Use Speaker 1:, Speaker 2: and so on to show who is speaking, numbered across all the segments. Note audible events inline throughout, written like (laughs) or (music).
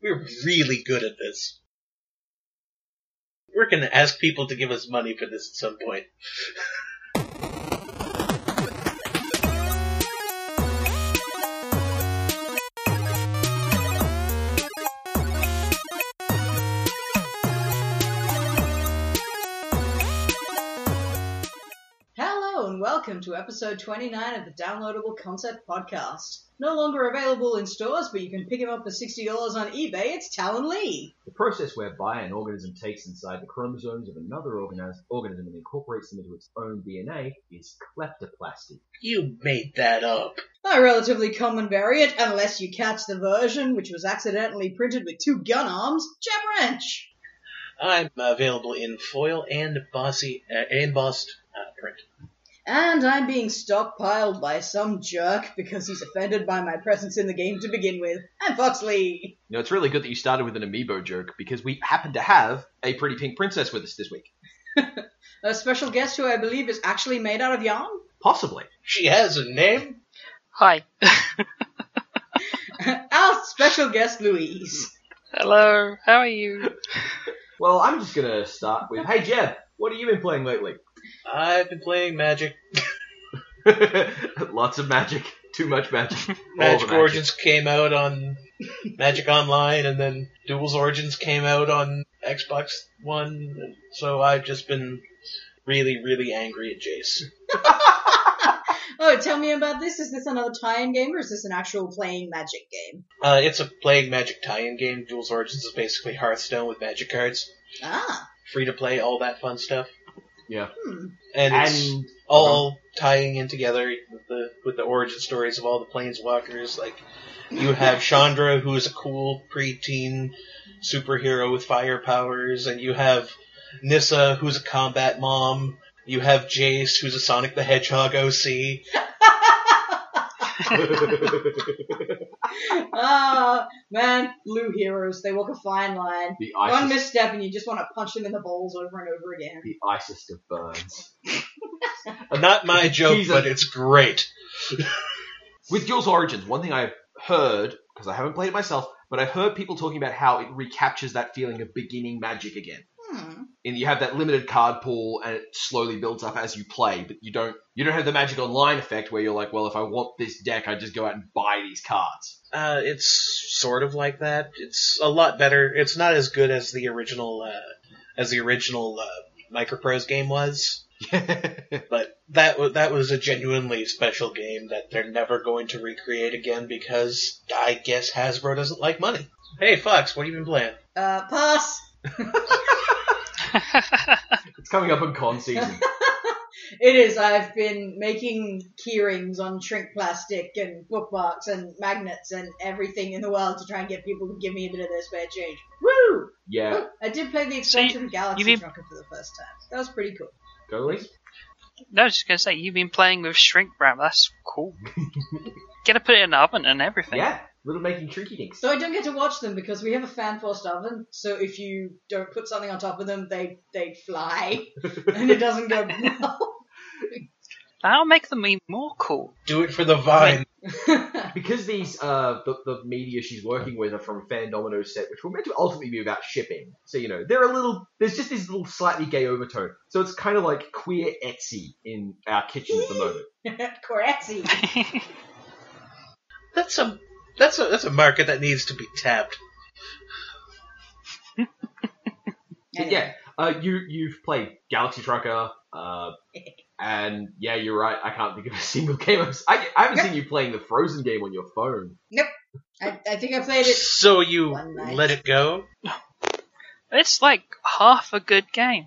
Speaker 1: We're really good at this. We're going to ask people to give us money for this at some point.
Speaker 2: Hello and welcome to episode 29 of the Downloadable Concept Podcast. No longer available in stores, but you can pick him up for $60 on eBay. It's Talon Lee.
Speaker 3: The process whereby an organism takes inside the chromosomes of another organis- organism and incorporates them into its own DNA is kleptoplasty.
Speaker 1: You made that up.
Speaker 2: A relatively common variant, unless you catch the version which was accidentally printed with two gun arms, Jeb Wrench.
Speaker 1: I'm available in foil and bossy uh, embossed uh, print.
Speaker 2: And I'm being stockpiled by some jerk because he's offended by my presence in the game to begin with. And Foxley.
Speaker 3: You know, it's really good that you started with an amiibo joke because we happen to have a pretty pink princess with us this week.
Speaker 2: A special guest who I believe is actually made out of yarn. (laughs)
Speaker 3: Possibly.
Speaker 1: She has a name.
Speaker 4: Hi.
Speaker 2: Our special guest, Louise.
Speaker 4: Hello. How are you?
Speaker 3: Well, I'm just gonna start with, hey Jeb, what have you been playing lately?
Speaker 1: I've been playing Magic.
Speaker 3: (laughs) Lots of magic. Too
Speaker 1: (laughs)
Speaker 3: much magic.
Speaker 1: Magic
Speaker 3: Oh, magic.
Speaker 1: Origins came out on Magic Online, and then Duels Origins came out on Xbox One. So I've just been really, really angry at Jace.
Speaker 2: Oh, tell me about this. Is this another tie-in game, or is this an actual playing Magic game?
Speaker 1: Uh, it's a playing Magic tie-in game. Duels Origins is basically Hearthstone with Magic cards,
Speaker 2: Ah,
Speaker 1: free to play, all that fun stuff,
Speaker 2: hmm.
Speaker 1: and it's
Speaker 3: (laughs) And uh-huh.
Speaker 1: all tying in together with the with the origin stories of all the planeswalkers. Like you
Speaker 3: (laughs)
Speaker 1: have Chandra, who is a cool preteen superhero with fire powers, and you have Nissa, who's a combat mom. You have Jace, who's a Sonic the Hedgehog OC.
Speaker 2: ah, man, blue heroes. They walk a fine line.
Speaker 3: the
Speaker 2: One
Speaker 3: ISIS,
Speaker 2: misstep, and you just want to punch them in the balls over and over again.
Speaker 3: the ISIS of burns.
Speaker 1: Not
Speaker 3: (laughs)
Speaker 1: my joke,
Speaker 3: He's a-
Speaker 1: but it's great.
Speaker 3: With Duel's Origins, one thing I've heard, because I haven't played it myself, but I've heard people talking about how it recaptures that feeling of beginning magic again.
Speaker 2: Hmm.
Speaker 3: And you have that limited card pool and it slowly builds up as you play, but you don't you don't have the magic online effect where you're like, well, if I want this deck, I just go out and buy these cards. (laughs)
Speaker 1: Uh, it's sort of like that. It's a lot better. It's not as good as the original, uh, as the original uh, Microprose game was, but that wa that was a genuinely special game that they're never going to recreate again because I guess Hasbro doesn't like money. Hey Fox, what have you been playing?
Speaker 2: Uh, pass.
Speaker 3: it's coming up on con season.
Speaker 2: It is. I've been making key rings on shrink plastic and bookmarks and magnets and everything in the world to try and get people to give me a bit of their spare change. Woo!
Speaker 3: yeah.
Speaker 2: Oh, I did play the
Speaker 4: So you-
Speaker 2: expansion of Galaxy
Speaker 4: mean-
Speaker 2: Trucker for the first time. That was pretty cool.
Speaker 3: Go Elise.
Speaker 4: (laughs) no, I was just going to say, you've been playing with shrink wrap. That's (laughs) cool. Gonna put it in the oven and everything.
Speaker 3: Yeah. Little making trinky dinks.
Speaker 2: So I don't get to watch them because we have a fan forced oven. So if you don't put something on top of them, they they fly and it doesn't go (laughs) well.
Speaker 4: That'll make them even more cool. (laughs)
Speaker 1: Do it for the vine.
Speaker 3: because these uh, the, the media she's working with are from Fan Domino's set, which were meant to ultimately be about shipping. So you know, they're a little there's just this little slightly gay overtone. So it's kind of like queer Etsy in our kitchen at the moment.
Speaker 2: Correctly.
Speaker 1: That's a that's a that's a market that needs to be tapped.
Speaker 3: But yeah, uh, you you've played Galaxy Trucker, uh, and yeah, you're right. I can't think of a single game. I've, si haven't seen you playing the Frozen game on your phone.
Speaker 2: I, I think I played it.
Speaker 1: So you
Speaker 2: One night.
Speaker 1: let it
Speaker 2: (laughs)
Speaker 1: go.
Speaker 4: it's like half a good (laughs) game.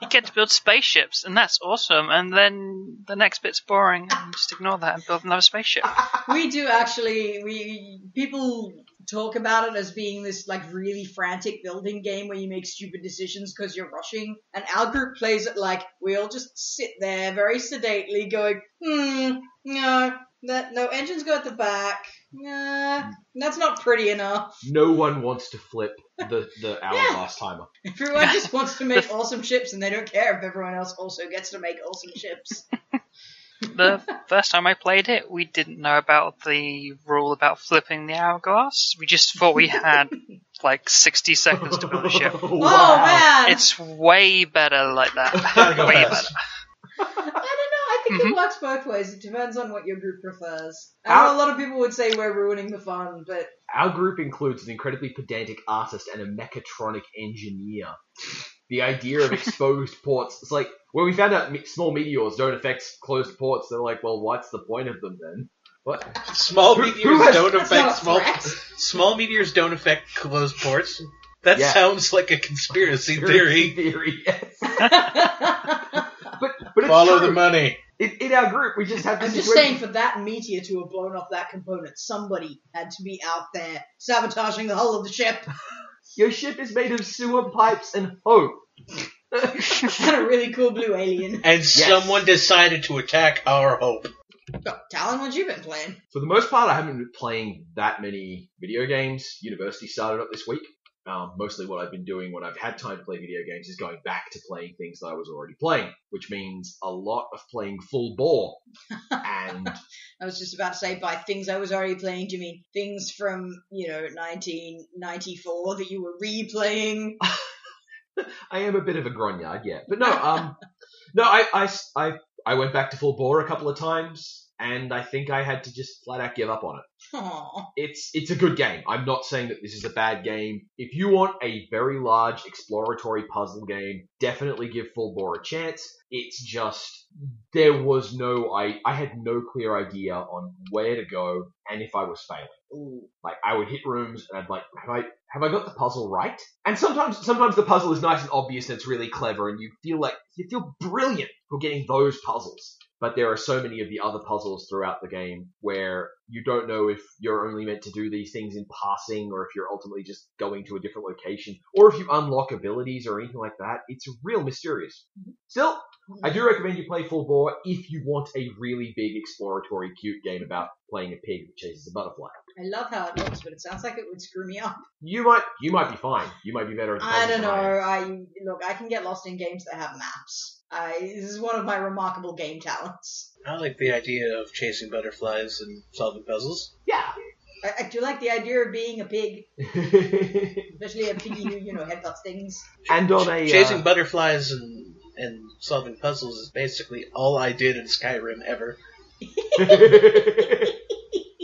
Speaker 4: You get to build spaceships, and that's awesome. And then the next bit's boring, and you just ignore that and build another spaceship.
Speaker 2: We do actually. We people talk about it as being this like really frantic building game where you make stupid decisions because you're rushing. And our group plays it like we all just sit there very sedately, going, "Hmm, no, that no engines go at the back. Nah, that's not pretty enough." (laughs)
Speaker 3: No one wants to flip the the hourglass timer.
Speaker 2: Everyone just wants to make awesome ships, and they don't care if everyone else also gets to make awesome ships.
Speaker 4: (laughs) the first time I played it, we didn't know about the rule about flipping the hourglass. We just thought we had like 60 seconds to build
Speaker 3: (laughs)
Speaker 4: a ship.
Speaker 2: Oh (laughs) man!
Speaker 4: It's way better like that.
Speaker 1: Gotta go
Speaker 4: (laughs) way
Speaker 1: fast.
Speaker 4: better.
Speaker 2: I don't know. I think
Speaker 4: Mhm.
Speaker 2: it works both ways. It depends on what your group prefers. I
Speaker 3: How-
Speaker 2: know a lot of people would say we're ruining the fun, but
Speaker 3: Our group includes an incredibly pedantic artist and a mechatronic engineer. The idea
Speaker 2: (laughs)
Speaker 3: of exposed ports, it's like, when we found out me- small meteors don't affect closed ports, they're like, well, what's the point of them then? What?
Speaker 1: Small
Speaker 3: Who- who
Speaker 1: meteors
Speaker 3: has-
Speaker 1: don't
Speaker 2: (laughs) that's
Speaker 1: affect
Speaker 2: not a
Speaker 1: small
Speaker 2: threat.
Speaker 1: small meteors don't affect closed ports. That
Speaker 3: Yeah.
Speaker 1: sounds like a
Speaker 3: (laughs)
Speaker 1: conspiracy theory.
Speaker 3: Theory, (laughs) yes.
Speaker 2: I'm
Speaker 3: But, but it's
Speaker 1: Follow
Speaker 3: true.
Speaker 1: the money.
Speaker 3: in, in our group, we just have this
Speaker 2: just saying,
Speaker 3: situation-
Speaker 2: for that meteor to have blown off that component, somebody had to be out there sabotaging the hull of the ship (laughs)
Speaker 3: Your ship is made of sewer pipes and
Speaker 2: (laughs)
Speaker 3: hope.
Speaker 2: and a really cool blue alien.
Speaker 1: And someone decided to attack our hope.
Speaker 2: So, Talon, what you been playing?
Speaker 3: For the most part, I haven't been playing that many video games. University started up this week. Um, mostly what I've been doing when I've had time to play video games is going back to playing things that I was already playing, which means a lot of playing full bore. and
Speaker 2: I was just about to say by things I was already playing, do you mean things from, you know, 1994 that you were replaying?
Speaker 3: I am a bit of a grognard, yeah. But no, um, no, I, I s- I- I went back to full bore a couple of times, and I think I had to just flat out give up on it.
Speaker 2: Aw.
Speaker 3: it's it's a good game. I'm not saying that this is a bad game. If you want a very large exploratory puzzle game, definitely give Full Bore a chance. It's just there was no I I had no clear idea on where to go and if I was failing.
Speaker 2: Ooh.
Speaker 3: Like I would hit rooms and I'd like have I have I got the puzzle right? And sometimes sometimes the puzzle is nice and obvious and it's really clever and you feel like you feel brilliant for getting those puzzles. But there are so many of the other puzzles throughout the game where you don't know if you're only meant to do these things in passing or if you're ultimately just going to a different location or if you unlock abilities or anything like that. It's real mysterious. Still, I do recommend you play Full Bore if you want a really big exploratory cute game about playing a pig that chases a butterfly
Speaker 2: I love how it looks, but it sounds like it would screw me up.
Speaker 3: you might you might be fine. You might be better at the
Speaker 2: I don't
Speaker 3: puzzles
Speaker 2: know.
Speaker 3: than I am.
Speaker 2: I look, I can get lost in games that have maps. I, this is one of my remarkable game talents.
Speaker 1: I like the idea of chasing butterflies and solving puzzles.
Speaker 2: I, I do like the idea of being a pig,
Speaker 3: Yeah.
Speaker 2: especially a piggy who you know headbutts things.
Speaker 3: (laughs) and on a
Speaker 1: Chasing
Speaker 3: uh,
Speaker 1: butterflies and and solving puzzles is basically all I did in Skyrim ever.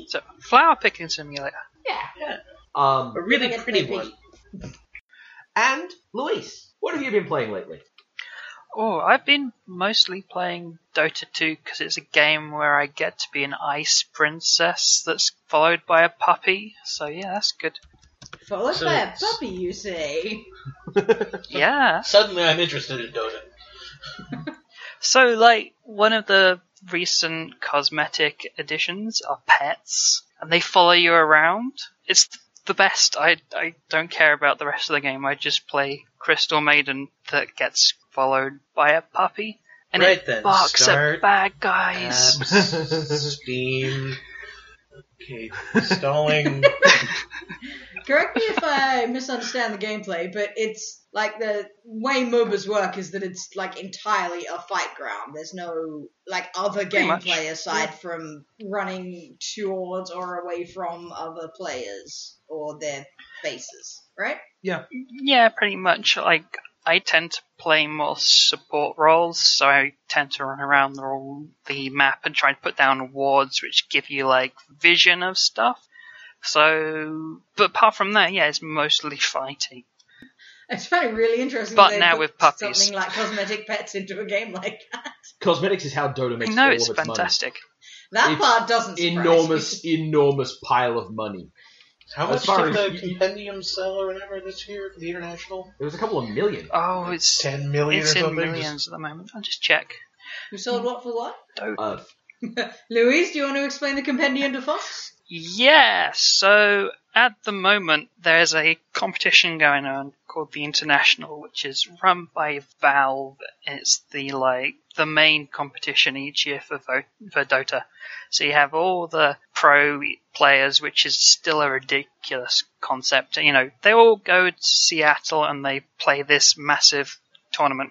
Speaker 4: So, flower picking simulator.
Speaker 3: (laughs) um
Speaker 1: A
Speaker 2: I
Speaker 1: really
Speaker 2: get to
Speaker 1: pretty
Speaker 2: play
Speaker 1: one.
Speaker 3: and Luis, what have you been playing lately?
Speaker 4: Oh, I've been mostly playing Dota 2 because it's a game where I get to be an ice princess that's followed by a puppy. So, yeah, that's good.
Speaker 2: Followed
Speaker 1: So
Speaker 2: by a
Speaker 1: it's-
Speaker 2: puppy, you say?
Speaker 4: Yeah.
Speaker 1: Suddenly I'm interested in Dota.
Speaker 4: So, like, one of the recent cosmetic additions are pets, and they follow you around. It's th- the best. I, I don't care about the rest of the game. I just play Crystal Maiden that gets followed by a puppy, and
Speaker 1: right
Speaker 4: it
Speaker 1: then,
Speaker 4: barks
Speaker 1: start Um,
Speaker 4: at bad guys.
Speaker 1: apps,
Speaker 4: (laughs)
Speaker 1: Steam. Okay, installing.
Speaker 2: Correct me if I misunderstand the gameplay, but it's like the way MOBAs work is that it's like entirely a fight ground. There's no like other
Speaker 4: Pretty much.
Speaker 2: gameplay aside from running towards or away from other players or their faces, right?
Speaker 4: Yeah, pretty much. Like I tend to play more support roles, so I tend to run around the, whole- the map and try and put down wards, which give you like vision of stuff. So, but apart from that, yeah, it's mostly fighting.
Speaker 2: It's kind of really interesting.
Speaker 4: But
Speaker 2: they
Speaker 4: now
Speaker 2: put
Speaker 4: with puppies.
Speaker 2: something like cosmetic pets into a game like
Speaker 3: (laughs)
Speaker 2: that.
Speaker 3: Cosmetics is how Dota
Speaker 4: I
Speaker 3: makes
Speaker 4: know
Speaker 3: all
Speaker 4: it's
Speaker 3: of its
Speaker 4: fantastic.
Speaker 2: That
Speaker 3: It's
Speaker 2: part doesn't
Speaker 3: money.
Speaker 2: surprise (laughs)
Speaker 3: Enormous, enormous pile of money.
Speaker 1: How much
Speaker 3: As far
Speaker 1: did
Speaker 3: as
Speaker 1: the
Speaker 3: you- you-
Speaker 1: compendium sell or whatever this year? The international
Speaker 3: There was a couple of million.
Speaker 4: Oh, it's
Speaker 1: ten million
Speaker 4: it's
Speaker 1: or
Speaker 4: in
Speaker 1: something.
Speaker 4: millions at the moment. I'll just check.
Speaker 2: me. Who sold what for what?
Speaker 3: Uh,
Speaker 2: Louise, do you want to explain the compendium to Fox?
Speaker 4: Yeah, so at the moment there's a competition going on called the International, which is run by Valve. It's the like the main competition each year for, Vo- for Dota. So you have all the pro players, which is still a ridiculous concept. You know, they all go to Seattle and they play this massive tournament.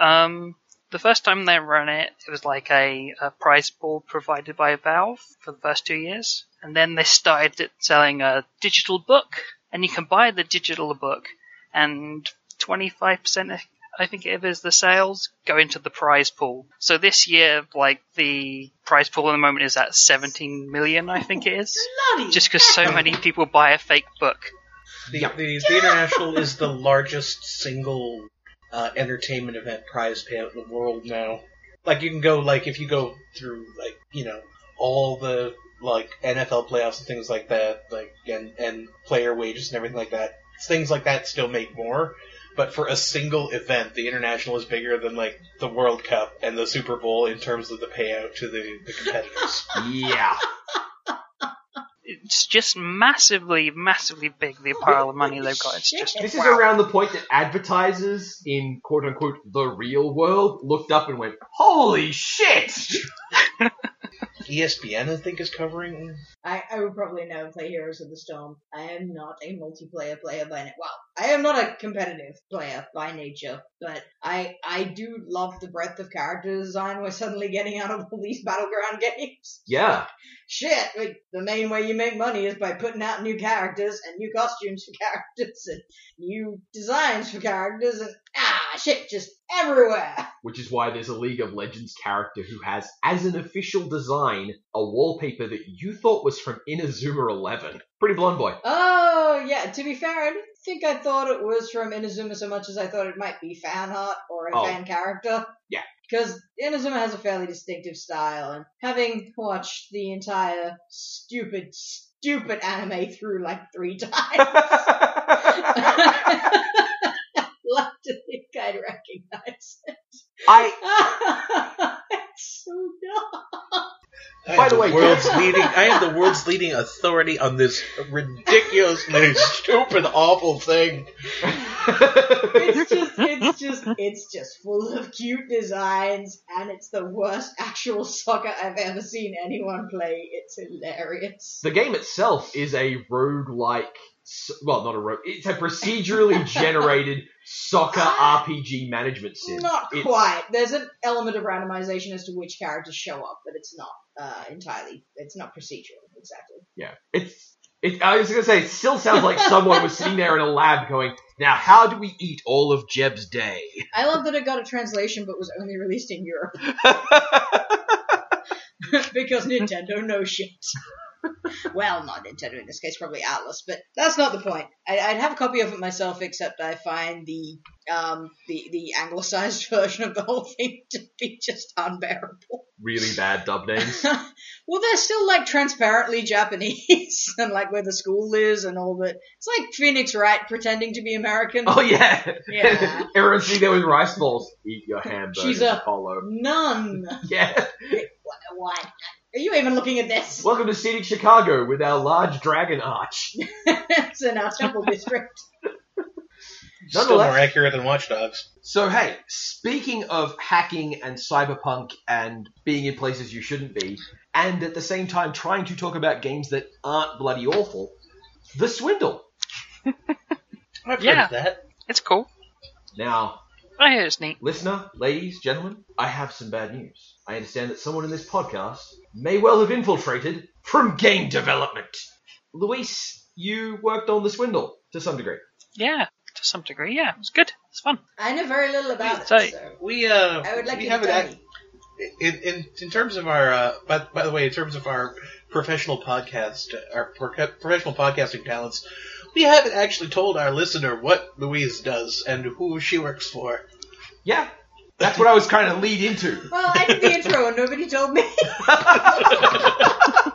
Speaker 4: Um, the first time they ran it, it was like a, a prize ball provided by Valve for the first two years. And then they started it selling a digital book, and you can buy the digital book, and 25% of- I think it is the sales go into the prize pool. So this year, like the prize pool at the moment is at 17 million, I think it is,
Speaker 2: Bloody
Speaker 4: just because so
Speaker 2: hell.
Speaker 4: many people buy a fake book.
Speaker 1: The,
Speaker 3: Yeah.
Speaker 1: the, the International is the largest single uh, entertainment event prize payout in the world now. Like, you can go, like, if you go through, like, you know, all the, like, NFL playoffs and things like that, like, and, and player wages and everything like that, things like that still make more. But for a single event, the International is bigger than, like, the World Cup and the Super Bowl in terms of the payout to the, the competitors. (laughs)
Speaker 4: (laughs)
Speaker 3: Yeah.
Speaker 4: It's just massively, massively big. The pile of money they've got. It's just
Speaker 3: This is
Speaker 4: wow.
Speaker 3: around the point that advertisers in quote unquote the real world looked up and went, Holy shit!
Speaker 1: E ESPN, I think, is covering
Speaker 2: I, I would probably never play Heroes of the Storm. I am not a multiplayer player by na- well, I am not a competitive player by nature, but I I do love the breadth of character design we're suddenly getting out of all these battleground (laughs) games.
Speaker 3: Yeah.
Speaker 2: Shit, like, the main way you make money is by putting out new characters and new costumes for (laughs) characters and new designs for characters and ah shit just everywhere.
Speaker 3: Which is why there's a League of Legends character who has, as an official design, a wallpaper that you thought was from Inazuma 11. Pretty blonde boy. (laughs)
Speaker 2: Oh, yeah. To be fair, I didn't think I thought it was from Inazuma so much as I thought it might be fan art or a
Speaker 3: Oh.
Speaker 2: fan character.
Speaker 3: Yeah.
Speaker 2: Because Inazuma has a fairly distinctive style, and having watched the entire stupid, stupid anime through like three (laughs) times, (laughs) I'd like to think I'd recognize
Speaker 3: I
Speaker 2: it. (laughs) it's so dumb.
Speaker 1: I
Speaker 3: By
Speaker 1: am
Speaker 3: the way,
Speaker 1: world's
Speaker 2: yes.
Speaker 1: leading. I am the world's leading authority on this ridiculously (laughs) stupid, awful thing.
Speaker 4: (laughs)
Speaker 2: It's just, it's just, it's just full of cute designs, and it's the worst actual soccer I've ever seen anyone play. It's hilarious.
Speaker 3: The game itself is a roguelike, s- well, not a rogue, it's
Speaker 2: (laughs)
Speaker 3: a procedurally generated soccer RPG management sim.
Speaker 2: Not
Speaker 3: It's-
Speaker 2: quite. There's an element of randomization as to which characters show up, but it's not uh, entirely. It's not procedural exactly.
Speaker 3: Yeah. It's, it, I was going to say, it still sounds like someone was sitting there in a lab going, now how do we eat all of Jeb's day?
Speaker 2: I love that it got a translation, but was only released in
Speaker 3: (laughs)
Speaker 2: Europe (laughs) because Nintendo knows shit. (laughs) well, not Nintendo in this case, probably Atlas, but that's not the point. I, I'd have a copy of it myself, except I find the um the the anglicized (laughs) version of the whole thing (laughs) to be just unbearable. (laughs)
Speaker 3: really bad dub names.
Speaker 2: well, they're still like transparently Japanese, (laughs) and like where the school is and all that. It's like Phoenix Wright pretending to be American.
Speaker 3: Oh, yeah.
Speaker 2: Yeah.
Speaker 3: (laughs) Everyone's sitting there with rice balls. Eat your hamburger,
Speaker 2: She's a-
Speaker 3: Apollo.
Speaker 2: None.
Speaker 3: Yeah.
Speaker 2: What? Are you even looking at this?
Speaker 3: Welcome to scenic Chicago with our large dragon arch.
Speaker 2: (laughs) it's in our
Speaker 4: (laughs)
Speaker 2: temple district.
Speaker 1: Still
Speaker 3: Nonetheless-
Speaker 1: more accurate than Watch Dogs.
Speaker 3: So hey, speaking of hacking and cyberpunk and being in places you shouldn't be, and at the same time trying to talk about games that aren't bloody awful, The Swindle.
Speaker 1: I've heard
Speaker 4: Yeah.
Speaker 1: of that.
Speaker 4: It's cool.
Speaker 3: Now,
Speaker 4: I hear it's neat.
Speaker 3: listener, ladies, gentlemen, I have some bad news. I understand that someone in this podcast may well have infiltrated from game development. Luis, you worked on The Swindle to some degree.
Speaker 4: Yeah, to some degree. Yeah, it's good. It's fun.
Speaker 2: I know very little about it, so
Speaker 4: So-
Speaker 1: We uh,
Speaker 2: I would like
Speaker 1: we
Speaker 2: you to
Speaker 1: have
Speaker 2: tell
Speaker 1: an
Speaker 2: me.
Speaker 1: act- in, in in terms of our uh, by, by the way, in terms of our professional podcast, uh, our pro- professional podcasting talents, we haven't actually told our listener what Louise does and who she works for. (laughs)
Speaker 3: Yeah, that's what I was trying to lead into.
Speaker 2: Well, I
Speaker 4: (laughs)
Speaker 2: did the intro and nobody told me. (laughs)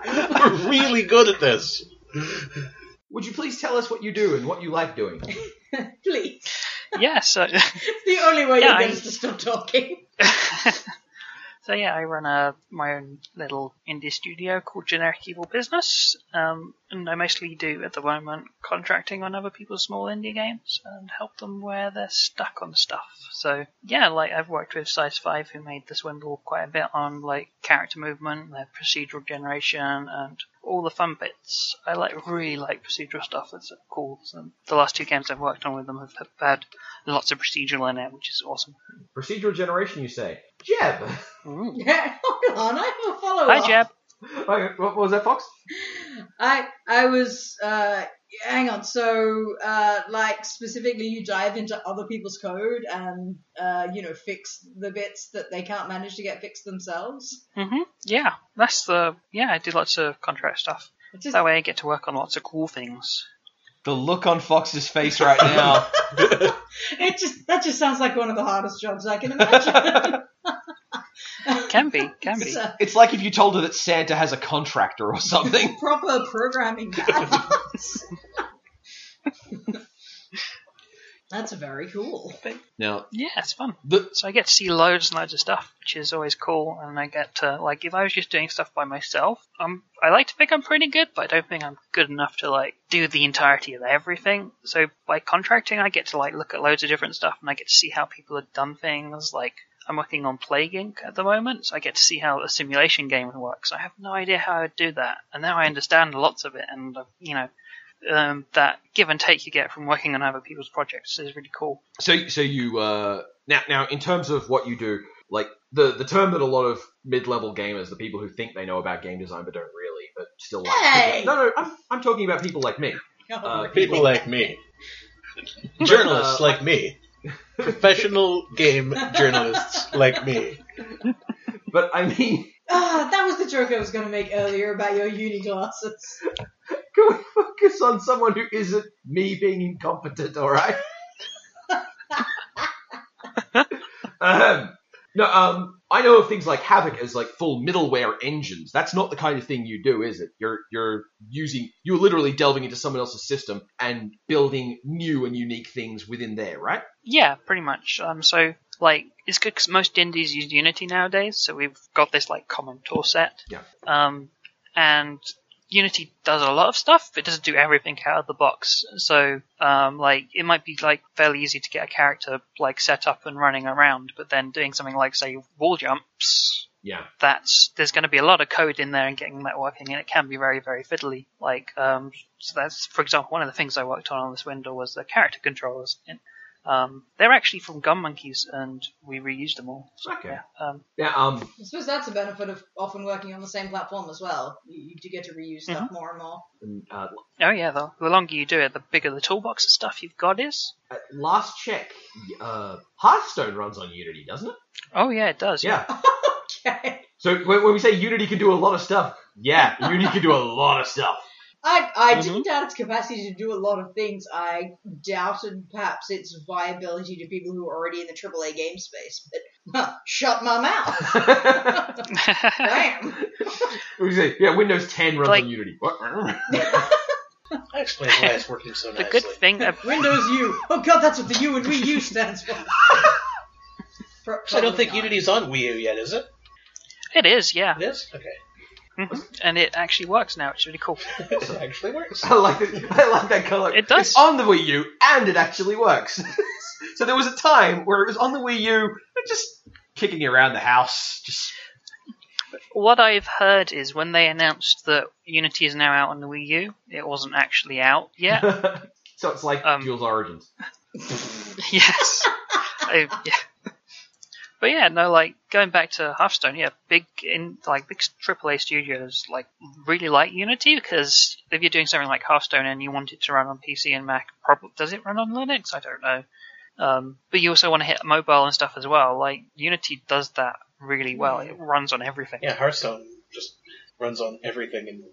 Speaker 1: We're really good at this.
Speaker 3: Would you please tell us what you do and what you like doing?
Speaker 2: Please.
Speaker 4: Yeah, so (laughs)
Speaker 2: It's the only way
Speaker 4: Yeah,
Speaker 2: you
Speaker 4: I-
Speaker 2: get us to stop talking.
Speaker 4: (laughs) So yeah, I run a my own little indie studio called Generic Evil Business, um, and I mostly do at the moment contracting on other people's small indie games and help them where they're stuck on stuff. So yeah, like I've worked with Size Five, who made the Swindle quite a bit on like character movement, their procedural generation, and all the fun bits. I like really like procedural stuff. That's cool. So the last two games I've worked on with them have had lots of procedural in it, which is awesome.
Speaker 3: Procedural generation, you say? Jeb!
Speaker 4: Ooh.
Speaker 2: (laughs) Yeah, hold on, I have a follow
Speaker 4: Hi, Jeb.
Speaker 3: Wait, what was that, Fox?
Speaker 2: I I was uh hang on, so uh like specifically you dive into other people's code and uh you know fix the bits that they can't manage to get fixed themselves.
Speaker 4: hmm Yeah, that's the yeah. I do lots of contract stuff.
Speaker 2: It's just,
Speaker 4: That way, I get to work on lots of cool things.
Speaker 5: The look on Fox's face right
Speaker 3: (laughs)
Speaker 5: now.
Speaker 2: (laughs) it just that just sounds like one of the hardest jobs I can imagine.
Speaker 4: (laughs) Can be, can be.
Speaker 2: It's a
Speaker 5: it's like if you told her that Santa has a contractor or
Speaker 3: (laughs)
Speaker 5: something.
Speaker 2: proper programming guidelines. (laughs) That's very cool.
Speaker 5: Now,
Speaker 4: Yeah, it's fun.
Speaker 5: the,
Speaker 4: So I get to see loads and loads of stuff, which is always cool. And I get to like, if I was just doing stuff by myself, um, I like to think I'm pretty good, but I don't think I'm good enough to like do the entirety of everything. So by contracting, I get to like look at loads of different stuff, and I get to see how people have done things. Like I'm working on Plague Inc. at the moment, so I get to see how a simulation game works. I have no idea how I would do that, and now I understand lots of it, and uh, you know. Um, that give and take you get from working on other people's projects is really cool.
Speaker 3: So, so you uh, now now in terms of what you do, like the the term that a lot of mid level gamers, the people who think they know about game design but don't really, but still like.
Speaker 2: Hey!
Speaker 3: No, no, I'm I'm talking about people like me.
Speaker 2: Oh,
Speaker 3: Uh,
Speaker 1: People like me. Journalists like me. Professional game journalists like me.
Speaker 3: But I mean,
Speaker 2: Ah, that was the joke I was going to make earlier about your uni glasses.
Speaker 3: can we focus on someone who isn't me being incompetent? All (laughs) right. Ahem. No, um, I know of things like Havoc as like full middleware engines. That's not the kind of thing you do, is it? You're you're using you're literally delving into someone else's system and building new and unique things within there, right?
Speaker 4: Yeah, pretty much. Um, so like it's good because most indies use Unity nowadays, so we've got this like common tool set.
Speaker 3: Yeah.
Speaker 4: Um, and Unity does a lot of stuff. But it doesn't do everything out of the box. So um, like it might be like fairly easy to get a character like set up and running around, but then doing something like say wall jumps.
Speaker 3: Yeah.
Speaker 4: That's there's going to be a lot of code in there and getting that working, and it can be very very fiddly. Like um, so that's for example one of the things I worked on on this window was the character controllers. Um, they're actually from Gun Monkeys, and we reused them all. So,
Speaker 3: Okay.
Speaker 4: yeah, um,
Speaker 3: Yeah. Um.
Speaker 2: I suppose that's a benefit of often working on the same platform as well. You, you do get to reuse stuff
Speaker 4: Mm-hmm.
Speaker 2: more and more. (laughs)
Speaker 3: and, uh,
Speaker 4: oh yeah, the, the longer you do it, the bigger the toolbox of stuff you've got is.
Speaker 3: uh, last check, uh, Hearthstone runs on Unity, doesn't it?
Speaker 4: Oh yeah, it does.
Speaker 3: Yeah.
Speaker 2: Okay.
Speaker 3: So when, when we say Unity can do a lot of stuff, yeah, Unity can do a lot of stuff. (laughs)
Speaker 2: I, I
Speaker 1: Mm-hmm.
Speaker 4: Mhm.
Speaker 2: didn't doubt its capacity to do a lot of things. I doubted perhaps its viability to people who are already in the AAA game space. But huh, shut my mouth.
Speaker 1: (laughs)
Speaker 2: Damn.
Speaker 3: What do you say? Yeah, Windows 10 runs
Speaker 4: Like-
Speaker 3: on Unity. What? (laughs)
Speaker 1: That explains why it's working so
Speaker 4: (laughs) the
Speaker 1: nicely.
Speaker 4: good thing, ab-
Speaker 2: Windows U. Oh god, that's what the U and we U stands
Speaker 1: (laughs)
Speaker 2: for. Pro-
Speaker 1: So I don't think
Speaker 2: probably not.
Speaker 1: Unity's on Wii U yet, is it?
Speaker 4: it is. Yeah,
Speaker 1: It is? Okay. (laughs)
Speaker 4: Mhm. and it actually works now. It's really cool.
Speaker 1: It actually works.
Speaker 3: I like it. I like that color.
Speaker 4: It does.
Speaker 3: It's on the Wii U, and it actually works. (laughs) so there was a time where it was on the Wii U, and just kicking around the house. Just
Speaker 4: What I've heard is when they announced that Unity is now out on the Wii U, it wasn't actually out yet.
Speaker 3: (laughs) so it's like
Speaker 4: Um,
Speaker 3: Dual's Origins.
Speaker 4: (laughs) yes. I, yeah. But yeah, no, like going back to Hearthstone, yeah, big in like big AAA studios like really like Unity because if you're doing something like Hearthstone and you want it to run on PC and Mac, probably does it run on Linux? I don't know. Um, but you also want to hit mobile and stuff as well. Like Unity does that really well. It runs on everything.
Speaker 1: Yeah, Hearthstone just runs on everything, and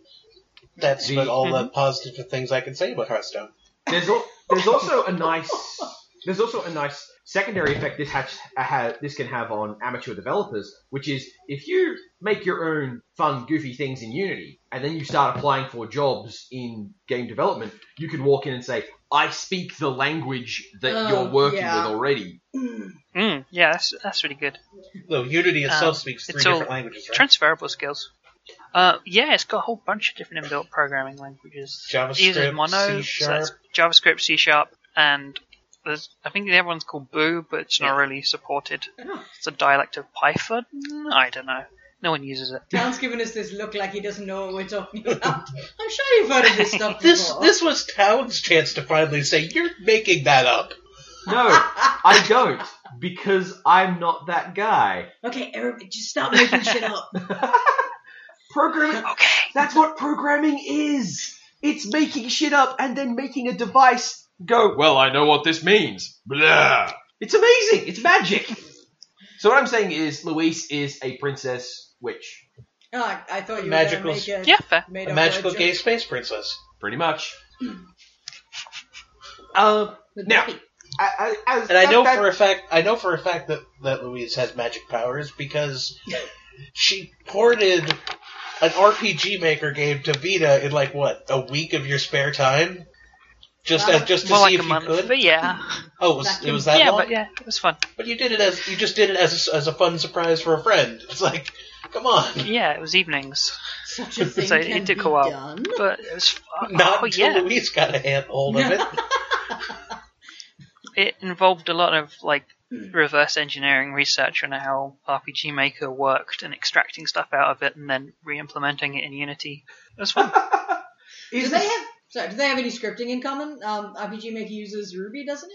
Speaker 1: that's
Speaker 3: The-
Speaker 4: Mm-hmm.
Speaker 1: about all the positive things I can say about Hearthstone.
Speaker 3: There's al- there's also a nice There's also a nice secondary effect this has, uh, ha- this can have on amateur developers, which is if you make your own fun, goofy things in Unity, and then you start applying for jobs in game development, you can walk in and say, "I speak the language that
Speaker 2: Oh,
Speaker 3: you're working
Speaker 2: yeah.
Speaker 3: with already."
Speaker 4: Mm, yeah, that's, that's really good.
Speaker 1: Though Unity itself
Speaker 4: Um,
Speaker 1: speaks three
Speaker 4: it's
Speaker 1: different
Speaker 4: all
Speaker 1: languages, right?
Speaker 4: Transferable skills. Uh, yeah, it's got a whole bunch of different inbuilt programming languages. It uses
Speaker 1: JavaScript,
Speaker 4: Mono,
Speaker 1: C
Speaker 4: so that's
Speaker 1: sharp.
Speaker 4: JavaScript, C sharp, and there's, I think the other one's called Boo, but it's not really supported.
Speaker 2: (laughs)
Speaker 4: It's a dialect of Python. I don't know. No one uses it.
Speaker 2: Dan's given us this look like he doesn't know what we're talking
Speaker 1: (laughs)
Speaker 2: about. I'm sure you've heard of this stuff
Speaker 1: This
Speaker 2: before.
Speaker 1: this was Town's chance to finally say you're making that up.
Speaker 3: No, I don't, because I'm not that guy.
Speaker 2: okay, Eric, just stop making
Speaker 1: (laughs)
Speaker 2: shit up. Oh,
Speaker 3: Programming
Speaker 4: Okay.
Speaker 3: That's what programming is. It's making shit up and then making a device go, well, I know what this means. Blah. It's amazing. It's magic. So what I'm saying is Luis is a princess witch.
Speaker 2: Oh, I, I thought you
Speaker 1: Magical
Speaker 2: were going to make a
Speaker 4: Yeah, fair.
Speaker 2: made
Speaker 1: A
Speaker 2: up
Speaker 1: magical
Speaker 2: word
Speaker 1: gay
Speaker 2: joke
Speaker 1: space princess.
Speaker 3: Pretty much. Um,
Speaker 2: with
Speaker 3: Now-
Speaker 2: Buffy.
Speaker 3: I, I, as,
Speaker 1: And I
Speaker 3: that-
Speaker 1: know
Speaker 3: that-
Speaker 1: for a fact I know for a fact that, that Louise has magic powers because
Speaker 3: (laughs)
Speaker 1: she ported an RPG maker game to Vita in like what, a week of your spare time? Just
Speaker 3: Uh,
Speaker 1: as just to
Speaker 4: More
Speaker 1: see if
Speaker 4: like a
Speaker 1: you
Speaker 4: month,
Speaker 1: could.
Speaker 4: but yeah,
Speaker 1: Oh, it was,
Speaker 2: Back
Speaker 1: it was
Speaker 2: in-
Speaker 1: that
Speaker 4: yeah,
Speaker 1: long?
Speaker 4: but yeah, it was fun.
Speaker 1: But you did it as you just did it as a, as a fun surprise for a friend. It's like, come on,
Speaker 4: Yeah, it was evenings,
Speaker 1: (laughs)
Speaker 2: Such a thing
Speaker 4: so
Speaker 2: can
Speaker 4: it took
Speaker 2: be
Speaker 4: a while,
Speaker 2: done.
Speaker 4: but it was fun.
Speaker 1: not
Speaker 4: oh
Speaker 1: until
Speaker 4: yeah,
Speaker 1: Louise got a hand hold of it.
Speaker 4: it involved a lot of like reverse engineering research on how RPG Maker worked and extracting stuff out of it and then re-implementing it in Unity. It was fun.
Speaker 2: Do
Speaker 3: is
Speaker 2: they have? Sorry, do they have any scripting in common? Um, RPG Maker uses Ruby, doesn't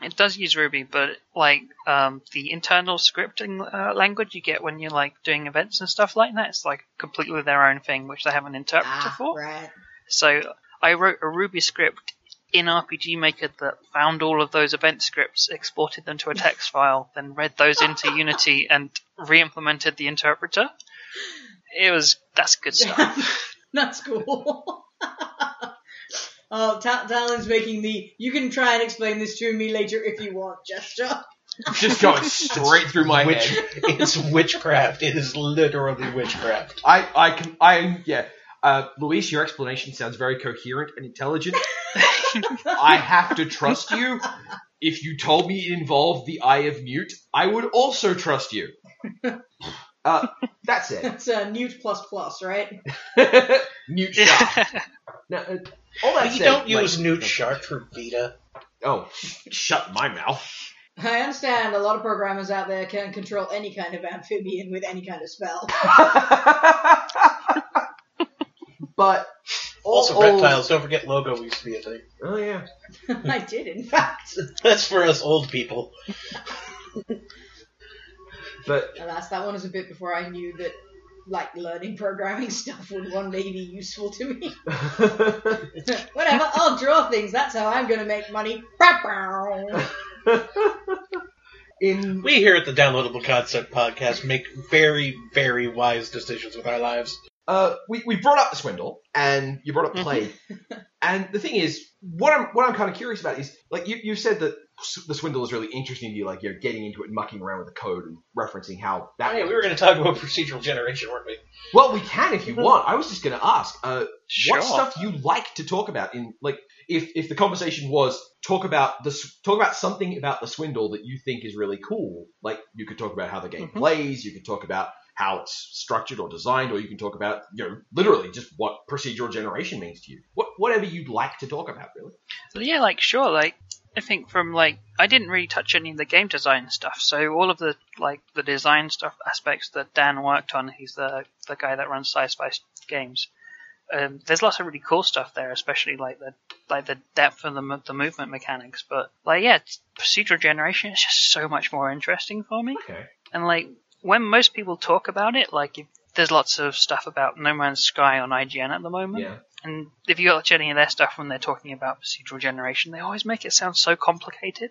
Speaker 2: it?
Speaker 4: it does use Ruby, but like um, the internal scripting uh, language you get when you're like doing events and stuff like that, it's like completely their own thing, which they have an interpreter for.
Speaker 2: Ah, (laughs) right.
Speaker 4: So I wrote a Ruby script in RPG Maker that found all of those event scripts, exported them to a text file, then read those into Unity and re-implemented the interpreter. It was that's good stuff.
Speaker 2: That's cool. (laughs) oh, Ta- Talon's making the "you can try and explain this to me later if you want" gesture. (laughs)
Speaker 3: just
Speaker 1: (laughs)
Speaker 3: going straight through (laughs) my
Speaker 1: Which
Speaker 3: head.
Speaker 1: it's witchcraft. It is literally witchcraft.
Speaker 3: I, I can, I, yeah. Uh, Luis, your explanation sounds very coherent
Speaker 1: (laughs)
Speaker 3: and intelligent. I have to trust you. If you told me it involved the Eye of Newt, I would also trust
Speaker 1: (laughs)
Speaker 3: you. Uh, that's it.
Speaker 2: That's uh, Newt plus plus, right?
Speaker 1: (laughs)
Speaker 3: Newt Sharp. Now, uh, all that
Speaker 1: But you
Speaker 3: said,
Speaker 1: don't
Speaker 3: like-
Speaker 1: use Newt Sharp for Vita.
Speaker 3: Oh, shut my mouth.
Speaker 1: (laughs)
Speaker 2: I understand a lot of programmers out there can control any kind of amphibian with any kind of spell. (laughs)
Speaker 3: but all-
Speaker 1: Also,
Speaker 3: all-
Speaker 1: reptiles. Don't forget, logo used to be a thing. (laughs)
Speaker 3: Oh yeah.
Speaker 2: I did, in fact.
Speaker 1: That's for us old people.
Speaker 3: But (laughs)
Speaker 2: Alas, that one was a bit before I knew that, like, learning programming (laughs) stuff would one day be useful to me. (laughs) Whatever, I'll draw things. That's how I'm going to make money. Bow, (laughs) bow.
Speaker 3: in
Speaker 1: We here at the Downloadable Concept Podcast make very, very wise decisions with our lives.
Speaker 3: uh, we, we brought up the swindle and you brought up play.
Speaker 1: Mm-hmm. (laughs)
Speaker 3: and the thing is, what I'm what I'm kind of curious about is like you, you said that s- the swindle is really interesting to you, like you're getting into it, and mucking around with the code and referencing how that.
Speaker 1: Oh, yeah, we were going to talk about procedural generation, weren't we?
Speaker 3: Well, we can if you
Speaker 1: Mm-hmm.
Speaker 3: want. I was just going to ask, uh,
Speaker 4: sure.
Speaker 3: what stuff you like to talk about in like if if the conversation was talk about the s- talk about something about the swindle that you think is really cool. Like you could talk about how the game
Speaker 4: Mhm.
Speaker 3: plays. You could talk about how it's structured or designed, or you can talk about you know literally just what procedural generation means to you. What whatever you'd like to talk about, really.
Speaker 4: But yeah, like sure, like I think from like I didn't really touch any of the game design stuff, so all of the like the design stuff aspects that Dan worked on, he's the the guy that runs Sci-Fi Games. Um, there's lots of really cool stuff there, especially like the like the depth of the mo- the movement mechanics. But like yeah, it's- procedural generation is just so much more interesting for me.
Speaker 3: Okay.
Speaker 4: And like when most people talk about it, like if, there's lots of stuff about No Man's Sky on IGN at the moment.
Speaker 3: Yeah.
Speaker 4: And if you watch any of their stuff when they're talking about procedural generation, they always make it sound so complicated.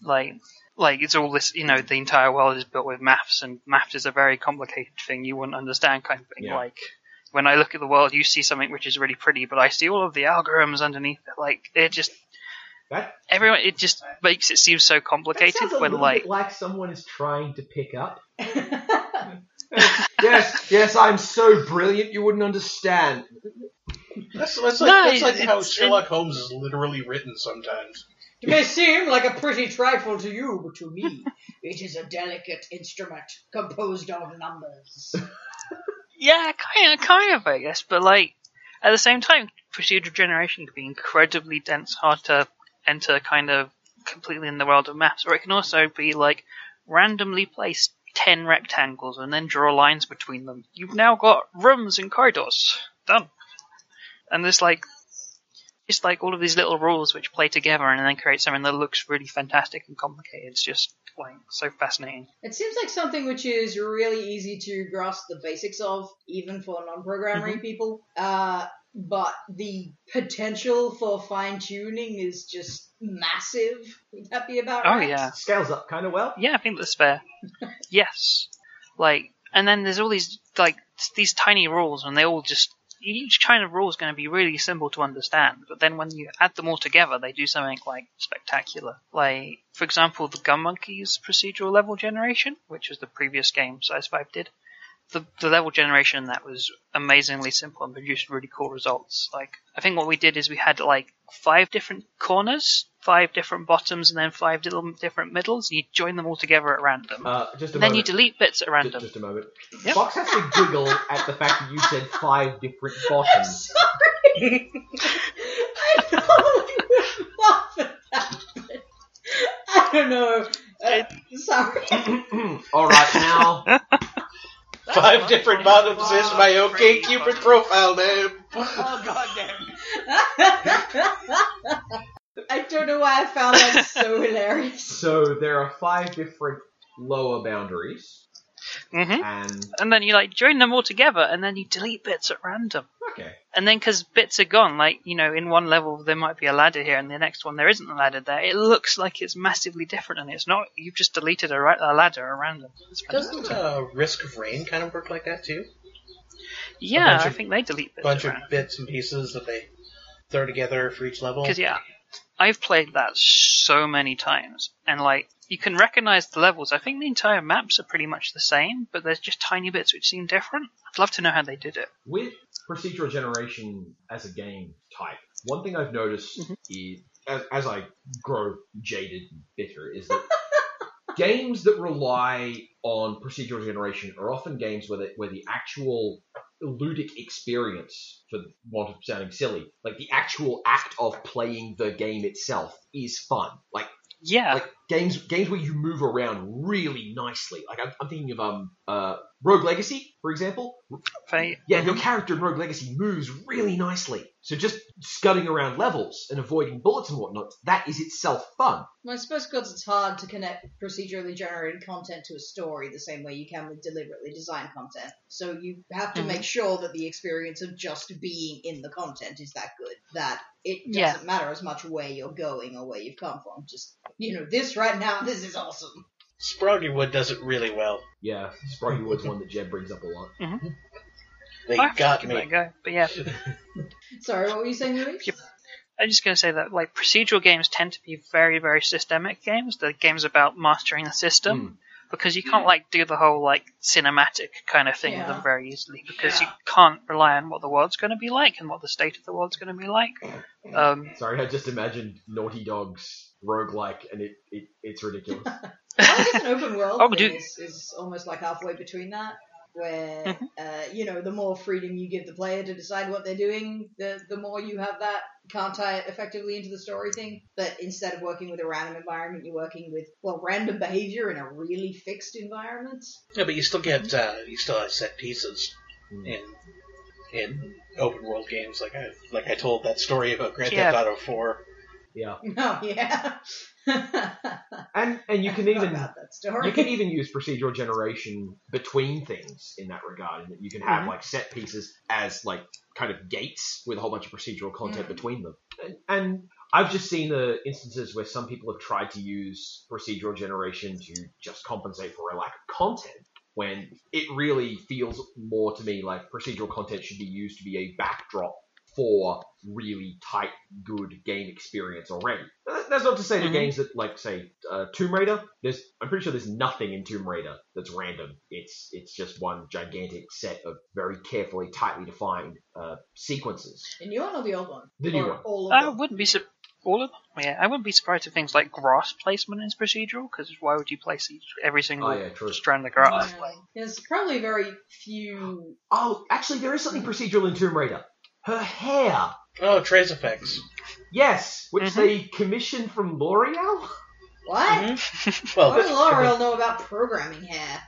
Speaker 4: Like, like it's all this, you know, the entire world is built with maths, and maths is a very complicated thing you wouldn't understand, kind of thing.
Speaker 3: Yeah.
Speaker 4: Like, when I look at the world, you see something which is really pretty, but I see all of the algorithms underneath it. Like, it just,
Speaker 3: That,
Speaker 4: Everyone, it just makes it seem so
Speaker 3: that
Speaker 4: complicated
Speaker 3: sounds a
Speaker 4: when
Speaker 3: little
Speaker 4: like
Speaker 3: bit like someone is trying to pick up.
Speaker 5: yes, yes, I'm so brilliant you wouldn't understand.
Speaker 1: That's, that's like,
Speaker 4: No,
Speaker 1: that's like how
Speaker 4: it's-
Speaker 1: Sherlock Holmes is literally written sometimes.
Speaker 2: It may seem like a pretty trifle to you, but to me, it is a delicate instrument composed of numbers.
Speaker 4: Yeah, kind of, kind of, I guess. But like at the same time, procedural generation can be incredibly dense, hard to enter, kind of completely in the world of maps, or it can also be like randomly placed ten rectangles and then draw lines between them. You've now got rooms and corridors done, and there's like. It's like all of these little rules which play together and then create something that looks really fantastic and complicated. It's just like so fascinating.
Speaker 2: It seems like something which is really easy to grasp the basics of, even for non-programming people. Uh, but the potential for fine tuning is just massive. Would that be about
Speaker 4: Oh,
Speaker 2: right?
Speaker 4: yeah.
Speaker 3: Scales up kind of well.
Speaker 4: Yeah, I think that's fair. yes. Like, and then there's all these, like, these tiny rules, and they all just, each kind of rule is going to be really simple to understand, but then when you add them all together, they do something, like, spectacular. Like, for example, the Gun Monkeys procedural level generation, which was the previous game Size 5 did. The, the level generation that was amazingly simple and produced really cool results. Like, I think what we did is we had, like, five different corners, five different bottoms, and then five little different middles, and you join them all together at random.
Speaker 3: Uh, just a
Speaker 4: And then you
Speaker 3: moment.
Speaker 4: delete bits at
Speaker 3: Ju-
Speaker 4: random.
Speaker 3: Just a moment.
Speaker 4: Yep.
Speaker 3: Fox has to giggle at the fact that you said five different
Speaker 4: (laughs)
Speaker 3: bottoms.
Speaker 2: (laughs) Sorry. I normally would laugh at that. but I don't know. Uh, sorry. (laughs)
Speaker 3: All right, now
Speaker 1: (laughs) Five different bottoms is my OK Cupid profile name.
Speaker 6: Oh goddamn!
Speaker 2: I don't know why I found that so hilarious.
Speaker 3: so there are five different lower boundaries,
Speaker 4: hmm
Speaker 3: and
Speaker 4: And then you like join them all together, and then you delete bits at random.
Speaker 3: okay,
Speaker 4: And then because bits are gone, like you know, in one level there might be a ladder here, and the next one there isn't a ladder there. It looks like it's massively different, and it's not. You've just deleted a, ra- a ladder at random. It's fantastic.
Speaker 1: (laughs) Doesn't uh, Risk of Rain kind of work like that too? a
Speaker 4: yeah,
Speaker 1: bunch
Speaker 4: I
Speaker 1: of-
Speaker 4: think they delete
Speaker 1: A
Speaker 4: bits
Speaker 1: bunch
Speaker 4: at
Speaker 1: of
Speaker 4: random.
Speaker 1: bits and pieces that they throw together for each level.
Speaker 4: Because yeah, I've played that so many times, and like you can recognize the levels. I think the entire maps are pretty much the same, but there's just tiny bits which seem different. I'd love to know how they did it.
Speaker 3: with procedural generation as a game type, one thing I've noticed is as, as I grow jaded and bitter is that (laughs) games that rely on procedural generation are often games where the, where the actual ludic experience, for want of sounding silly, like the actual act of playing the game itself is fun. Like
Speaker 4: Yeah,
Speaker 3: like games games where you move around really nicely. Like I'm, I'm thinking of um uh Rogue Legacy, for example.
Speaker 4: they-
Speaker 3: Yeah, your character in Rogue Legacy moves really nicely. So just scudding around levels and avoiding bullets and whatnot, that is itself fun.
Speaker 2: Well, I suppose because it's hard to connect procedurally generated content to a story the same way you can with deliberately designed content. So you have to
Speaker 4: Mhm.
Speaker 2: make sure that the experience of just being in the content is that good that it
Speaker 4: Yeah.
Speaker 2: doesn't matter as much where you're going or where you've come from. Just you know, this right now, this is awesome.
Speaker 1: Sprouty Wood does it really well.
Speaker 3: Yeah, Sproggy Wood's one that Jeb brings up a lot.
Speaker 1: They
Speaker 4: I have to
Speaker 1: got
Speaker 4: give
Speaker 1: me.
Speaker 4: that a go. But yeah,
Speaker 2: Sorry, what were you saying, Louis?
Speaker 4: Yep. I'm just going to say that like procedural games tend to be very very systemic games. They're games about mastering the system
Speaker 1: Hmm.
Speaker 4: because you can't like do the whole like cinematic kind of thing with
Speaker 2: Yeah.
Speaker 4: them very easily because you can't rely on what the world's going to be like and what the state of the world's going to be like.
Speaker 1: Hmm.
Speaker 4: Um,
Speaker 3: Sorry, I just imagined Naughty Dog's roguelike and it, it it's ridiculous. (laughs)
Speaker 2: I guess an open world
Speaker 4: (laughs) Oh,
Speaker 2: thing
Speaker 4: dude.
Speaker 2: is, is almost like halfway between that, where
Speaker 4: Mhm.
Speaker 2: uh, you know the more freedom you give the player to decide what they're doing, the the more you have that can't tie it effectively into the story thing. But instead of working with a random environment, you're working with well random behavior in a really fixed environment. (laughs)
Speaker 1: Yeah, but you still get uh, you still have set pieces
Speaker 3: Mm.
Speaker 1: in in open world games. Like I like I told that story about Grand
Speaker 4: Yeah.
Speaker 1: Theft Auto Four.
Speaker 3: yeah.
Speaker 2: Oh yeah, (laughs)
Speaker 3: And and you
Speaker 2: I
Speaker 3: can
Speaker 2: forgot
Speaker 3: even
Speaker 2: about that story.
Speaker 3: You can even use procedural generation between things in that regard, and that you can have like set pieces as like kind of gates with a whole bunch of procedural content
Speaker 2: Mhm.
Speaker 3: between them. And, and I've just seen uh, instances where some people have tried to use procedural generation to just compensate for a lack of content. When it really feels more to me like procedural content should be used to be a backdrop for really tight, good game experience already. Uh, That's not to say the
Speaker 4: Mhm.
Speaker 3: games that, like, say, uh, Tomb Raider. There's, I'm pretty sure there's nothing in Tomb Raider that's random. It's it's just one gigantic set of very carefully, tightly defined uh, sequences.
Speaker 2: The new one or the old one?
Speaker 3: The new
Speaker 2: Or
Speaker 3: one.
Speaker 2: All of
Speaker 4: I
Speaker 2: them.
Speaker 4: wouldn't be su- all of them. Yeah, I wouldn't be surprised if things like grass placement is procedural because why would you place each, every single
Speaker 3: Oh yeah, true.
Speaker 4: strand of grass?
Speaker 2: Yeah. There's probably very
Speaker 4: (gasps)
Speaker 2: few.
Speaker 3: Oh, actually, there is something procedural in Tomb Raider. Her hair.
Speaker 1: Oh, trace effects.
Speaker 3: Yes, which
Speaker 4: Mhm.
Speaker 3: they commissioned from L'Oreal.
Speaker 4: Mm-hmm.
Speaker 2: What?
Speaker 1: Mhm. Well,
Speaker 2: What do L'Oreal know about programming hair?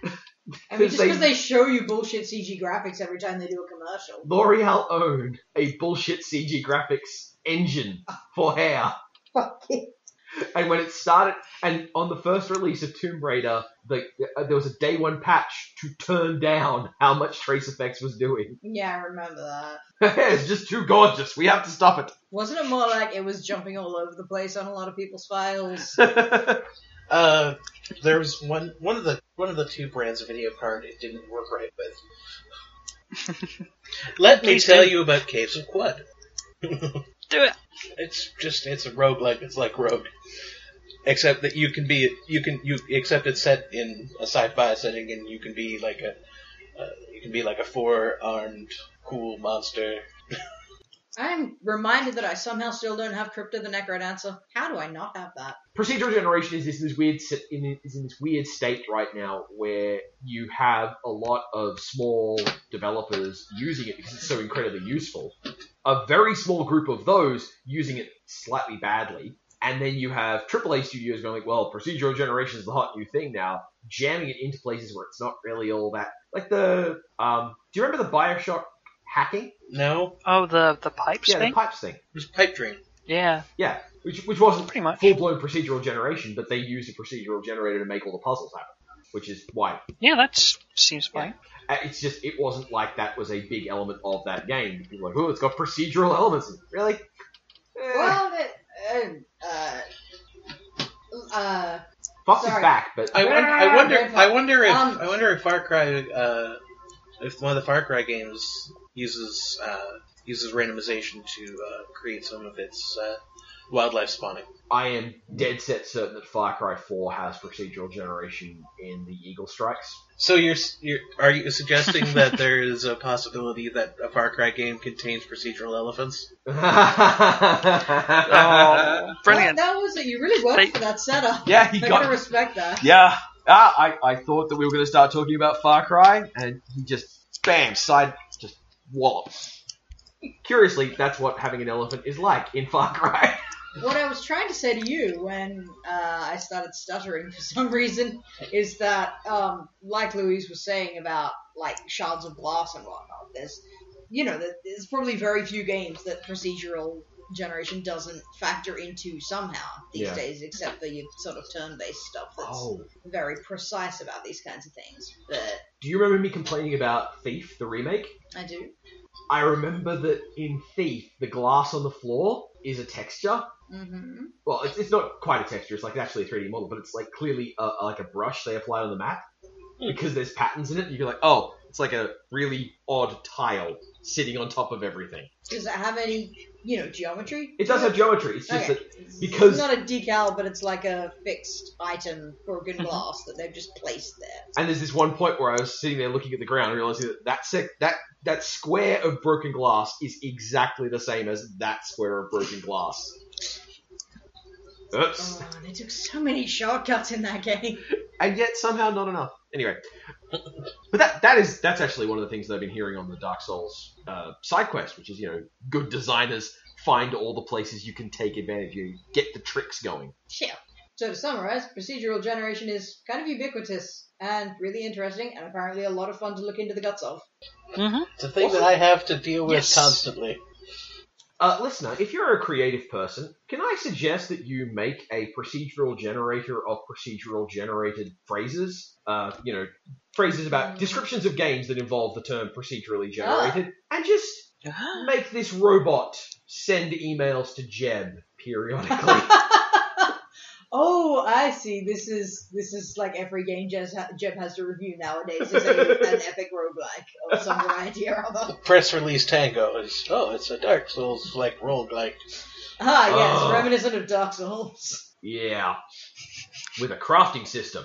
Speaker 2: I mean, just
Speaker 3: 'Cause they-
Speaker 2: because they show you bullshit CG graphics every time they do a commercial.
Speaker 3: L'Oreal owned a bullshit CG graphics engine for hair.
Speaker 2: Fuck it.
Speaker 3: And when it started, and on the first release of Tomb Raider, the, uh, there was a day one patch to turn down how much Trace Effects was doing. (laughs)
Speaker 2: Yeah, I remember that.
Speaker 3: it's just too gorgeous. We have to stop it.
Speaker 2: Wasn't it more like it was jumping all over the place on a lot of people's
Speaker 3: (laughs)
Speaker 2: files?
Speaker 1: Uh, there was one one of the one of the two brands of video card it didn't work right with.
Speaker 4: (laughs)
Speaker 1: Let me
Speaker 4: Please
Speaker 1: tell
Speaker 4: do.
Speaker 1: you about Caves of Quad.
Speaker 4: Do it.
Speaker 1: It's just it's a rogue like it's like rogue, except that you can be you can you except it's set in a sci-fi setting and you can be like a uh, you can be like a four-armed cool monster.
Speaker 2: I'm reminded that I somehow still don't have Crypto the Necrodancer. How do I not have that?
Speaker 3: procedural generation is this, this weird sit- in, is in this weird state right now where you have a lot of small developers using it because it's so incredibly useful. A very small group of those using it slightly badly, and then you have AAA studios going like, "Well, procedural generation is the hot new thing now," jamming it into places where it's not really all that. Like the, um, do you remember the Bioshock hacking?
Speaker 1: No,
Speaker 4: Oh, the the pipes
Speaker 3: Yeah,
Speaker 4: thing.
Speaker 3: the pipes thing,
Speaker 1: it was pipe dream.
Speaker 4: yeah,
Speaker 3: which which wasn't
Speaker 4: pretty much.
Speaker 3: full blown procedural generation, but they use a procedural generator to make all the puzzles happen, which is why
Speaker 4: Yeah, that seems fine.
Speaker 3: uh, it's just it wasn't like that was a big element of that game. People were like, oh, it's got procedural (laughs) elements. Really? Eh,
Speaker 2: Well, that, uh, uh, uh,
Speaker 3: Fox is
Speaker 2: sorry.
Speaker 3: back, but
Speaker 1: I, won- I wonder.
Speaker 2: Grandpa.
Speaker 1: I wonder if
Speaker 2: Um,
Speaker 1: I wonder if Far Cry, uh, if one of the Far Cry games uses uh, uses randomization to uh, create some of its uh, wildlife spawning.
Speaker 3: I am dead set certain that Far Cry 4 has procedural generation in the Eagle Strikes. (laughs)
Speaker 1: So you're, s- you're are you suggesting that (laughs) there is a possibility that a Far Cry game contains procedural elephants?
Speaker 5: Uh,
Speaker 3: (laughs)
Speaker 4: Oh, brilliant.
Speaker 2: That, that was it. You really worked
Speaker 4: They-
Speaker 2: for that setup.
Speaker 5: yeah, he
Speaker 2: I
Speaker 5: got
Speaker 2: gotta respect that.
Speaker 5: Yeah. Ah, I, I thought that we were going to start talking about Far Cry, and he just, bam, side, just wallops.
Speaker 3: Curiously, that's what having an elephant is like in
Speaker 5: (laughs)
Speaker 3: Far Cry.
Speaker 2: What I was trying to say to you when uh, I started stuttering for (laughs) some reason is that, um, like Louise was saying about like Shards of Glass and whatnot, there's, you know, there- there's probably very few games that procedural generation doesn't factor into somehow these
Speaker 3: Yeah.
Speaker 2: days, except for your sort of turn-based stuff that's
Speaker 3: Oh.
Speaker 2: very precise about these kinds of things. But
Speaker 3: Do you remember me complaining about Thief, the remake?
Speaker 2: I do.
Speaker 3: I remember that in Thief, the glass on the floor is a texture.
Speaker 2: hmm
Speaker 3: Well, it's, it's not quite a texture. It's like actually a 3D model, but it's like clearly a, like a brush they apply on the map
Speaker 5: Hmm.
Speaker 3: because there's patterns in it. And you're like, oh, it's like a really odd tile sitting on top of everything.
Speaker 2: Does it have any, you know, geometry?
Speaker 3: It does have geometry. It's just
Speaker 2: Okay.
Speaker 3: that
Speaker 2: it's
Speaker 3: because-
Speaker 2: not a decal, but it's like a fixed item, broken glass that they've just placed there.
Speaker 3: And there's this one point where I was sitting there looking at the ground and realizing that that sec- that that square of broken glass is exactly the same as that square of broken glass. Oops.
Speaker 2: Oh, they took so many shortcuts in that game.
Speaker 3: and yet somehow not enough. Anyway, but that that is that's actually one of the things that I've been hearing on the Dark Souls uh, side quest, which is you know good designers find all the places you can take advantage, you get the tricks going.
Speaker 2: Yeah. So to summarize, procedural generation is kind of ubicuitous and really interesting, and apparently a lot of fun to look into the guts of.
Speaker 1: It's a thing that I have to deal with
Speaker 4: Yes.
Speaker 1: constantly.
Speaker 3: Uh, listener, if you're a creative person, can I suggest that you make a procedural generator of procedural generated phrases? Uh, you know, phrases about
Speaker 2: Mm.
Speaker 3: descriptions of games that involve the term procedurally generated, and just make this robot send emails to Jeb periodically.
Speaker 2: oh, I I see. This is this is like every game Jeb has, Jeb has to review nowadays (laughs) is a, an epic roguelike of some variety or other.
Speaker 1: Press release Tango is oh, it's a Dark Souls like roguelike.
Speaker 2: (laughs) Ah, yes,
Speaker 3: Oh.
Speaker 2: reminiscent of Dark Souls.
Speaker 3: Yeah. With a crafting system.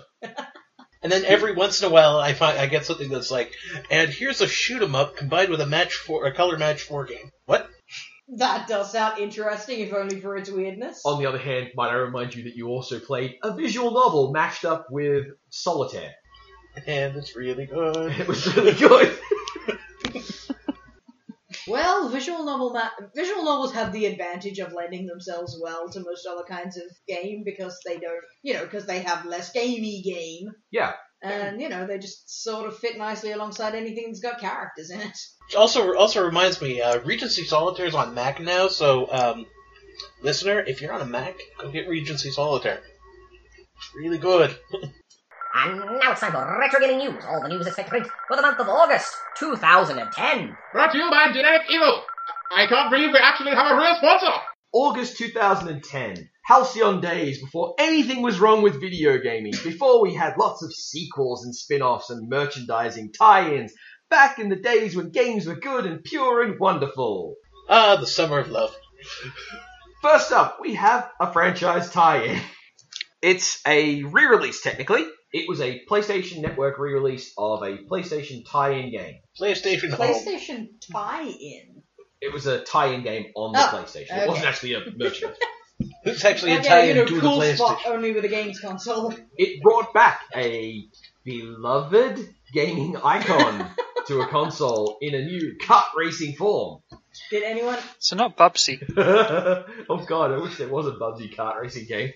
Speaker 1: And then every once in a while, I find I get something that's like, and here's a shoot 'em up combined with a match for a color match four game. What?
Speaker 2: That does sound interesting, if only for its weirdness.
Speaker 3: On the other hand, might I remind you that you also played a visual novel mashed up with solitaire. (laughs)
Speaker 1: And it's really (laughs) good.
Speaker 3: It was really good.
Speaker 2: Well, visual novel ma- visual novels have the advantage of lending themselves well to most other kinds of game because they don't, you know, because they have less gamey game.
Speaker 3: Yeah.
Speaker 2: And you know they just sort of fit nicely alongside anything that's got characters in it.
Speaker 1: Which also also reminds me, uh, Regency Solitaire is on Mac now, so um, listener, if you're on a Mac, go get Regency Solitaire. It's really good.
Speaker 6: And now it's time for Retro Gaming News, all the news that's relevant for the month of August 2010.
Speaker 7: Brought to you by Genetic Evil. I can't believe we actually have a real sponsor.
Speaker 3: August 2010. Halcyon days before anything was wrong with video gaming, before we had lots of sequels and spin-offs and merchandising tie-ins, back in the days when games were good and pure and wonderful.
Speaker 1: Ah, the summer of love.
Speaker 3: First up, we have a franchise tie-in.
Speaker 5: It's a re-release technically.
Speaker 3: It was a PlayStation Network re-release of a PlayStation tie-in game.
Speaker 1: PlayStation Home.
Speaker 2: PlayStation tie-in.
Speaker 3: It was a tie-in game on the
Speaker 2: Oh,
Speaker 3: PlayStation.
Speaker 2: okay.
Speaker 3: It wasn't actually a merchandise.
Speaker 1: It's actually
Speaker 2: Like,
Speaker 1: a
Speaker 2: Oh, yeah,
Speaker 1: tie
Speaker 2: you know,
Speaker 1: into the
Speaker 2: cool
Speaker 1: PlayStation.
Speaker 2: spot only with a games console.
Speaker 3: it brought back a beloved gaming
Speaker 5: (laughs)
Speaker 3: icon to a console in a new kart racing form. (laughs)
Speaker 2: Did anyone? (laughs)
Speaker 4: So not Bubsy.
Speaker 3: oh god, I wish there was a Bubsy kart racing
Speaker 5: (laughs)
Speaker 3: game.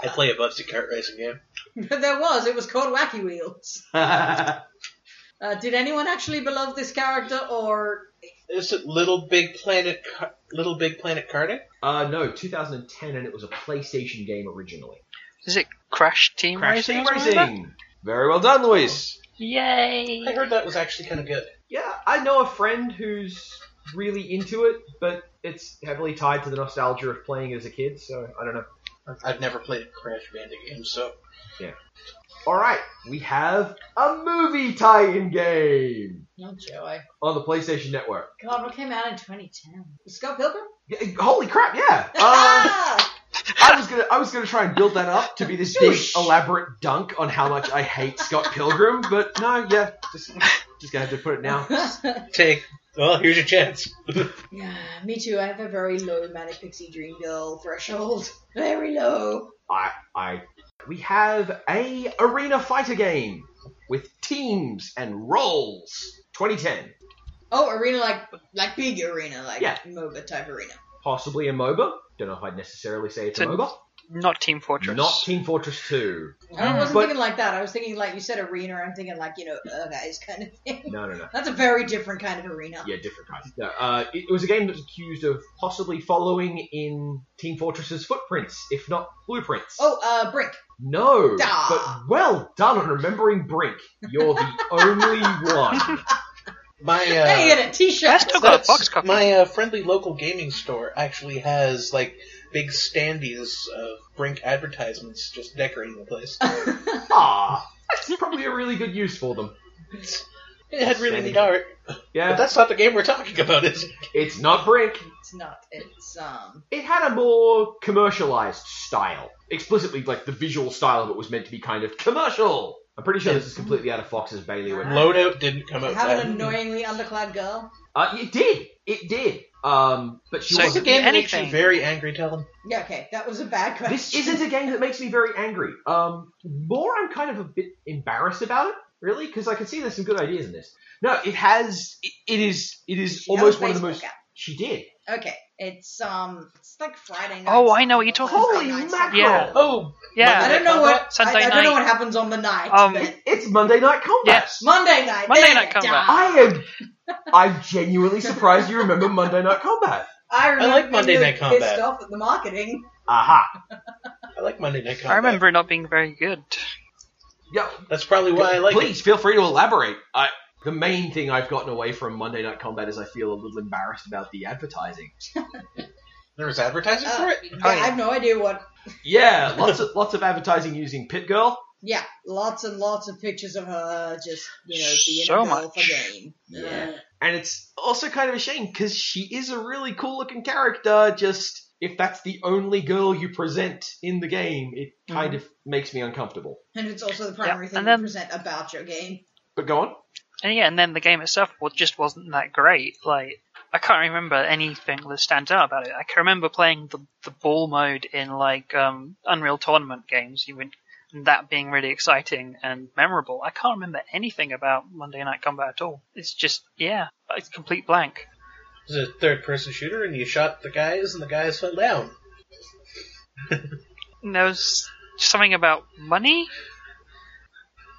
Speaker 1: I play a Bubsy kart racing game.
Speaker 2: there was. It was called Wacky Wheels.
Speaker 3: I
Speaker 2: Uh, did anyone actually beloved this character, or
Speaker 1: Is it Little Big Planet? Car- Little Big Planet karting?
Speaker 3: Uh, no, 2010, and it was a PlayStation game originally.
Speaker 4: Is it Crash Team
Speaker 1: Crash
Speaker 4: Racing?
Speaker 1: Team
Speaker 4: or something like that?
Speaker 5: Very well done, Luis.
Speaker 1: I
Speaker 4: Yay!
Speaker 1: heard that was actually kind of good.
Speaker 3: Yeah, I know a friend who's really into it, but it's heavily tied to the nostalgia of playing as a kid, so I don't know.
Speaker 1: I've never played a Crash Bandicoot game, so
Speaker 3: Alright, we have a movie tie in game
Speaker 2: not Joey?
Speaker 3: on the PlayStation Network.
Speaker 2: God, what came out in 2010? Scott Pilgrim?
Speaker 3: Yeah, Holy crap! Yeah. Uh,
Speaker 2: (laughs)
Speaker 1: (laughs)
Speaker 2: Ah!
Speaker 3: I was gonna, I was gonna try and build that up to be this big
Speaker 2: Shush.
Speaker 3: elaborate dunk on how much I hate Scott Pilgrim, but no, yeah, just, just gonna have to put it now.
Speaker 1: take. Well, here's your chance.
Speaker 2: yeah, me too. I have a very low Manic Pixie Dream Girl threshold. (laughs) Very low.
Speaker 3: I, I, we have a arena fighter game with teams and roles. 2010,
Speaker 2: Oh, arena like like big arena, like
Speaker 3: Yeah.
Speaker 2: MOBA type arena.
Speaker 3: possibly a MOBA. Don't know if I'd necessarily say it's a
Speaker 4: It's a
Speaker 3: MOBA.
Speaker 4: Not Team Fortress.
Speaker 3: Not Team Fortress 2.
Speaker 2: I wasn't
Speaker 3: But-
Speaker 2: thinking like that. I was thinking like you said arena. I'm thinking like you know uh, guys kind of thing. (laughs)
Speaker 3: No, no, no.
Speaker 2: That's a very different kind of arena.
Speaker 3: Yeah, different kind. No, uh, it, it was a game that was accused of possibly following in Team Fortress's footprints, if not blueprints.
Speaker 2: Oh, uh, brick.
Speaker 3: No,
Speaker 2: Ah.
Speaker 3: but well done on remembering Brink. You're the only one.
Speaker 1: My uh,
Speaker 2: hey, you get a
Speaker 4: I
Speaker 2: t-shirt.
Speaker 4: still got a
Speaker 1: That's-
Speaker 4: box copy.
Speaker 1: My uh, friendly local gaming store actually has like big standees of Brink advertisements just decorating the place.
Speaker 3: Ah, that's probably a really good use for them.
Speaker 1: It had really neat art, but
Speaker 3: Yeah,
Speaker 1: that's not the game we're talking about, is it?
Speaker 3: it's not Brink.
Speaker 2: (laughs) it's not. It's um.
Speaker 3: It had a more commercialized style. Explicitly, like the visual style of it was meant to be kind of commercial. I'm pretty sure this is completely out of Fox's bailiwick.
Speaker 1: Loadout didn't come
Speaker 2: I
Speaker 1: out.
Speaker 2: have
Speaker 3: um,
Speaker 2: an
Speaker 1: then.
Speaker 2: annoyingly underclad girl.
Speaker 3: Uh, it did. It did. Um, but she
Speaker 4: So-
Speaker 1: What's
Speaker 3: wasn't
Speaker 1: the game that makes you
Speaker 4: Anything.
Speaker 1: very angry? Tell them.
Speaker 2: Yeah, okay, that was a bad question.
Speaker 3: This isn't a game that makes me very angry. Um, more I'm kind of a bit embarrassed about it, really, because I can see there's some good ideas in this. No, it has. It, it is. It
Speaker 2: (laughs)
Speaker 3: is
Speaker 2: She had
Speaker 3: almost
Speaker 2: a
Speaker 3: one of the
Speaker 2: Facebook
Speaker 3: most.
Speaker 2: app.
Speaker 3: She did.
Speaker 2: Okay, it's um, it's like Friday night.
Speaker 4: Oh, I know what you're talking
Speaker 2: Sunday
Speaker 3: Holy
Speaker 2: night,
Speaker 3: mackerel!
Speaker 4: Yeah.
Speaker 1: Oh,
Speaker 2: I
Speaker 4: yeah.
Speaker 2: don't know what I,
Speaker 4: Sunday
Speaker 2: I don't know
Speaker 4: night.
Speaker 2: what happens on the night.
Speaker 4: Um,
Speaker 2: but
Speaker 3: It's Monday Night Combat.
Speaker 4: Yes.
Speaker 2: Monday night.
Speaker 4: Monday
Speaker 2: there
Speaker 4: night
Speaker 2: you
Speaker 4: comeback.
Speaker 2: go.
Speaker 3: I am. I'm genuinely surprised you remember Monday Night Combat.
Speaker 2: I remember
Speaker 1: like Monday
Speaker 2: being
Speaker 1: Night
Speaker 2: pissed
Speaker 1: Combat.
Speaker 2: off at the marketing.
Speaker 3: Aha.
Speaker 1: I like Monday Night Combat.
Speaker 4: I remember it not being very good.
Speaker 3: Yeah.
Speaker 1: That's probably why I like it.
Speaker 3: Please feel free to elaborate. I. The main thing I've gotten away from Monday Night Combat is I feel a little embarrassed about the advertising.
Speaker 1: There was advertising for it.
Speaker 2: Uh, yeah,
Speaker 4: Oh,
Speaker 2: I
Speaker 4: yeah.
Speaker 2: have no idea what.
Speaker 3: Yeah, lots of lots of advertising using Pit Girl.
Speaker 2: Yeah, lots and lots of pictures of her just you know being
Speaker 4: So
Speaker 2: a girl
Speaker 4: much.
Speaker 2: for game.
Speaker 3: Yeah. And it's also kind of a shame because she is a really cool looking character. Just if that's the only girl you present in the game, it kind of makes me uncomfortable.
Speaker 2: and it's also the primary
Speaker 4: and
Speaker 2: thing
Speaker 4: then-
Speaker 2: you present about your game.
Speaker 3: But go on.
Speaker 4: And yeah, and then the game itself wa- just wasn't that great. Like, I can't remember anything that stands out about it. I can remember playing the the ball mode in like um, Unreal Tournament games. You would and that being really exciting and memorable. I can't remember anything about Monday Night Combat at all. It's just yeah, it's complete blank.
Speaker 1: It was a third person shooter, and you shot the guys, and the guys fell down.
Speaker 4: And there was something about money.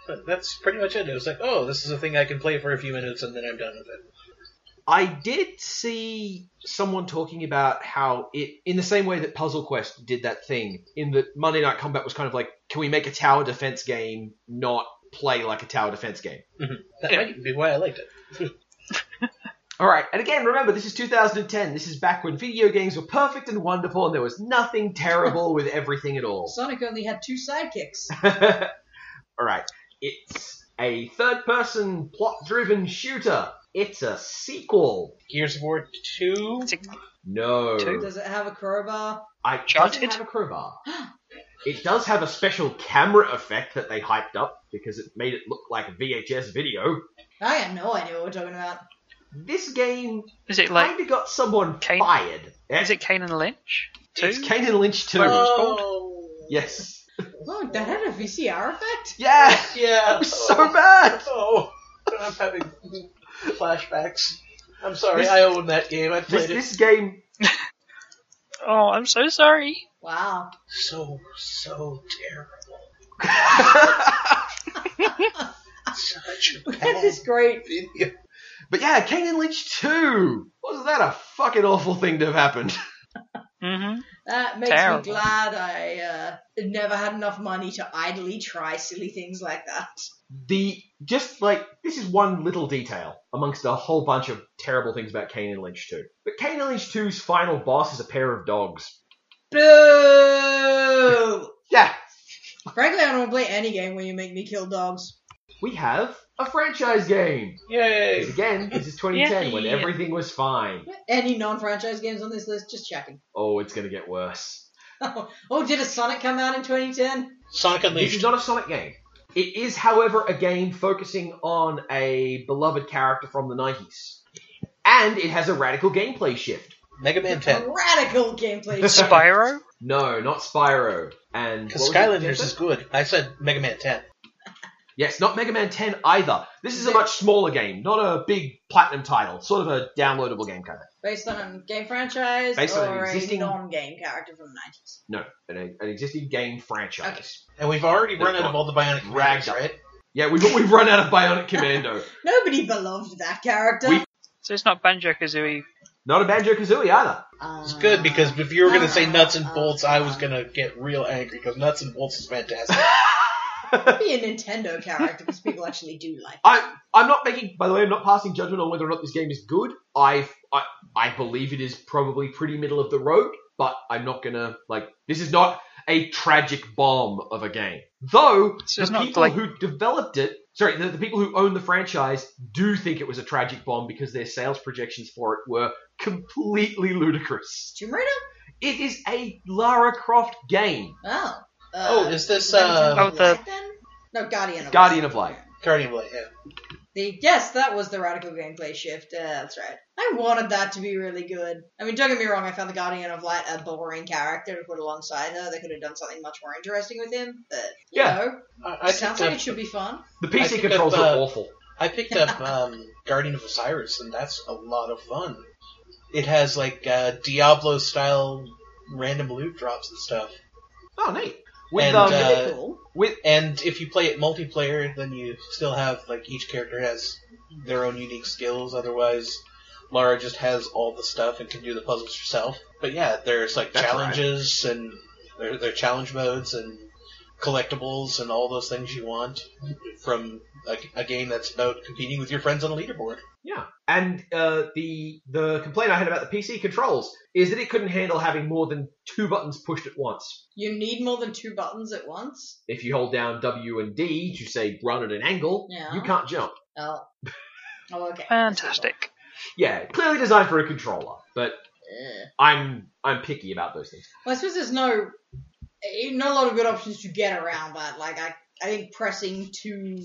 Speaker 1: But that's pretty much it. It was like, oh, this is a thing I can play for a few minutes, and then I'm done with it.
Speaker 3: I did see someone talking about how it, in the same way that Puzzle Quest did that thing, in that Monday Night Combat was kind of like, can we make a tower defense game not play like a tower defense game?
Speaker 1: That
Speaker 4: Yeah.
Speaker 1: might be why I liked it.
Speaker 3: All right, and again, remember this is 2010. This is back when video games were perfect and wonderful, and there was nothing terrible with everything at all.
Speaker 2: Sonic only had two sidekicks.
Speaker 3: (laughs) All right. It's a third person plot driven shooter. It's a sequel.
Speaker 1: Gears of War 2?
Speaker 4: It's a-
Speaker 3: No.
Speaker 4: Two?
Speaker 2: Does it have a crowbar?
Speaker 3: I it doesn't
Speaker 4: Uncharted?
Speaker 3: have a
Speaker 4: (gasps)
Speaker 3: crowbar. It does have a special camera effect that they hyped up because it made it look like a VHS video.
Speaker 2: I had no idea what we're talking about.
Speaker 3: This game
Speaker 4: Is it like
Speaker 3: kind of got someone
Speaker 4: Kane-
Speaker 3: fired.
Speaker 4: is it Kane and Lynch? Two.
Speaker 3: It's Kane and Lynch 2.
Speaker 1: Oh,
Speaker 3: Yes.
Speaker 2: Look, Oh, that had a VCR effect.
Speaker 3: Yeah! (laughs)
Speaker 1: yeah.
Speaker 3: It was so bad!
Speaker 1: Oh, (laughs) I'm having flashbacks. I'm sorry, I own that game. I
Speaker 3: This,
Speaker 1: played it
Speaker 3: this
Speaker 4: (laughs)
Speaker 3: game
Speaker 4: Oh, I'm so sorry.
Speaker 2: Wow.
Speaker 1: so so terrible. Such
Speaker 3: (laughs)
Speaker 1: a
Speaker 2: We had
Speaker 1: bad
Speaker 2: this great.
Speaker 1: video.
Speaker 3: But yeah, Kane and Lynch 2! Wasn't that a fucking awful thing to have happened? (laughs)
Speaker 4: hmm
Speaker 2: That makes
Speaker 4: Terrible.
Speaker 2: me glad I uh, never had enough money to idly try silly things like that.
Speaker 3: The just like this is one little detail amongst a whole bunch of terrible things about Kane and Lynch 2. But Kane and Lynch 2's final boss is a pair of dogs.
Speaker 2: Boo!
Speaker 3: (laughs) Yeah,
Speaker 2: Frankly, I don't play any game where you make me kill dogs.
Speaker 3: we have a franchise game.
Speaker 1: Yay!
Speaker 3: Because again, this is 2010 when
Speaker 4: Yay.
Speaker 3: everything was fine.
Speaker 2: Any non-franchise games on this list? Just checking.
Speaker 3: Oh, it's gonna get worse.
Speaker 2: oh, did a Sonic come out in 2010?
Speaker 1: Sonic
Speaker 3: This is
Speaker 1: Unleashed.
Speaker 3: not a Sonic game. It is, however, a game focusing on a beloved character from the 90s. And it has a radical gameplay shift.
Speaker 1: Mega Man 10.
Speaker 2: Radical gameplay.
Speaker 4: Spyro.
Speaker 3: No, not Spyro. And
Speaker 1: Because
Speaker 3: what was it,
Speaker 1: Skylanders
Speaker 3: Jensen?
Speaker 1: is good. I said Mega Man 10.
Speaker 3: yes, not Mega Man 10 either. This is a much smaller game, not a big platinum title, sort of a downloadable game kind of.
Speaker 2: Based on a game franchise
Speaker 3: Based on an
Speaker 2: or
Speaker 3: existing-
Speaker 2: a non-game character from the 90s.
Speaker 3: No, an, an existing game franchise.
Speaker 1: And we've already
Speaker 3: They're
Speaker 1: run out of
Speaker 3: gone.
Speaker 1: all the Bionic Rags,
Speaker 3: Ragged up.
Speaker 1: right?
Speaker 3: Yeah, we've we've run out of Bionic Commando.
Speaker 2: Nobody beloved that character.
Speaker 3: We-
Speaker 4: So it's not Banjo Kazooie.
Speaker 3: Not a Banjo Kazooie either.
Speaker 2: Uh,
Speaker 1: It's good because if you were going to say
Speaker 2: uh,
Speaker 1: nuts and bolts, I was
Speaker 2: uh,
Speaker 1: going to get real angry because nuts and bolts is
Speaker 3: (laughs)
Speaker 1: fantastic.
Speaker 2: be a Nintendo character because people actually do like.
Speaker 3: I I'm not making. By the way, I'm not passing judgment on whether or not this game is good. I've, I I believe it is probably pretty middle of the road, but I'm not gonna like. This is not a tragic bomb of a game, though.
Speaker 4: So
Speaker 3: the
Speaker 4: it's not
Speaker 3: people
Speaker 4: like
Speaker 3: who developed it, sorry, the, the people who own the franchise do think it was a tragic bomb because their sales projections for it were completely ludicrous.
Speaker 2: Tomb Raider?
Speaker 3: It is a Lara Croft game.
Speaker 2: Oh. Uh,
Speaker 1: oh, is this uh,
Speaker 4: Oh, the-
Speaker 2: Light then? No, Guardian of
Speaker 3: Guardian
Speaker 2: Light.
Speaker 3: of Light.
Speaker 1: Guardian Blade? Yeah.
Speaker 2: The, yes, that was the radical gameplay shift. Uh, that's right. I wanted that to be really good. I mean, don't get me wrong, I found the Guardian of Light a boring character to put alongside her. They could have done something much more interesting with him, but, you
Speaker 3: Yeah.
Speaker 2: know,
Speaker 1: I, I
Speaker 2: sounds
Speaker 1: picked
Speaker 2: like
Speaker 1: up,
Speaker 2: it should be fun.
Speaker 3: The
Speaker 1: I
Speaker 3: PC
Speaker 1: think
Speaker 3: controls
Speaker 1: if,
Speaker 3: are
Speaker 1: uh,
Speaker 3: awful.
Speaker 1: I picked up um, Guardian of Osiris, and that's a lot of fun. It has like uh, Diablo style random loot drops and stuff.
Speaker 3: Oh, neat. With
Speaker 1: and,
Speaker 3: um,
Speaker 1: uh,
Speaker 2: Pretty cool.
Speaker 3: with
Speaker 1: And if you play it multiplayer, then you still have like each character has their own unique skills. Otherwise, Lara just has all the stuff and can do the puzzles herself. But yeah, there's like
Speaker 3: That's right.
Speaker 1: challenges and there, there are challenge modes and collectibles and all those things you want from a, a game that's about competing with your friends on a leaderboard.
Speaker 3: yeah, And uh, the the complaint I had about the PC controls is that it couldn't handle having more than two buttons pushed at once.
Speaker 2: You need more than two buttons at once.
Speaker 3: If you hold down W and D to say run at an angle,
Speaker 2: Yeah.
Speaker 3: you can't jump.
Speaker 4: (laughs)
Speaker 2: Oh. Oh, okay.
Speaker 4: Fantastic.
Speaker 3: Yeah, clearly designed for a controller, but
Speaker 2: Ugh.
Speaker 3: I'm I'm picky about those things.
Speaker 2: Well, I suppose there's no eh, not a lot of good options to get around that. Like I, I think pressing two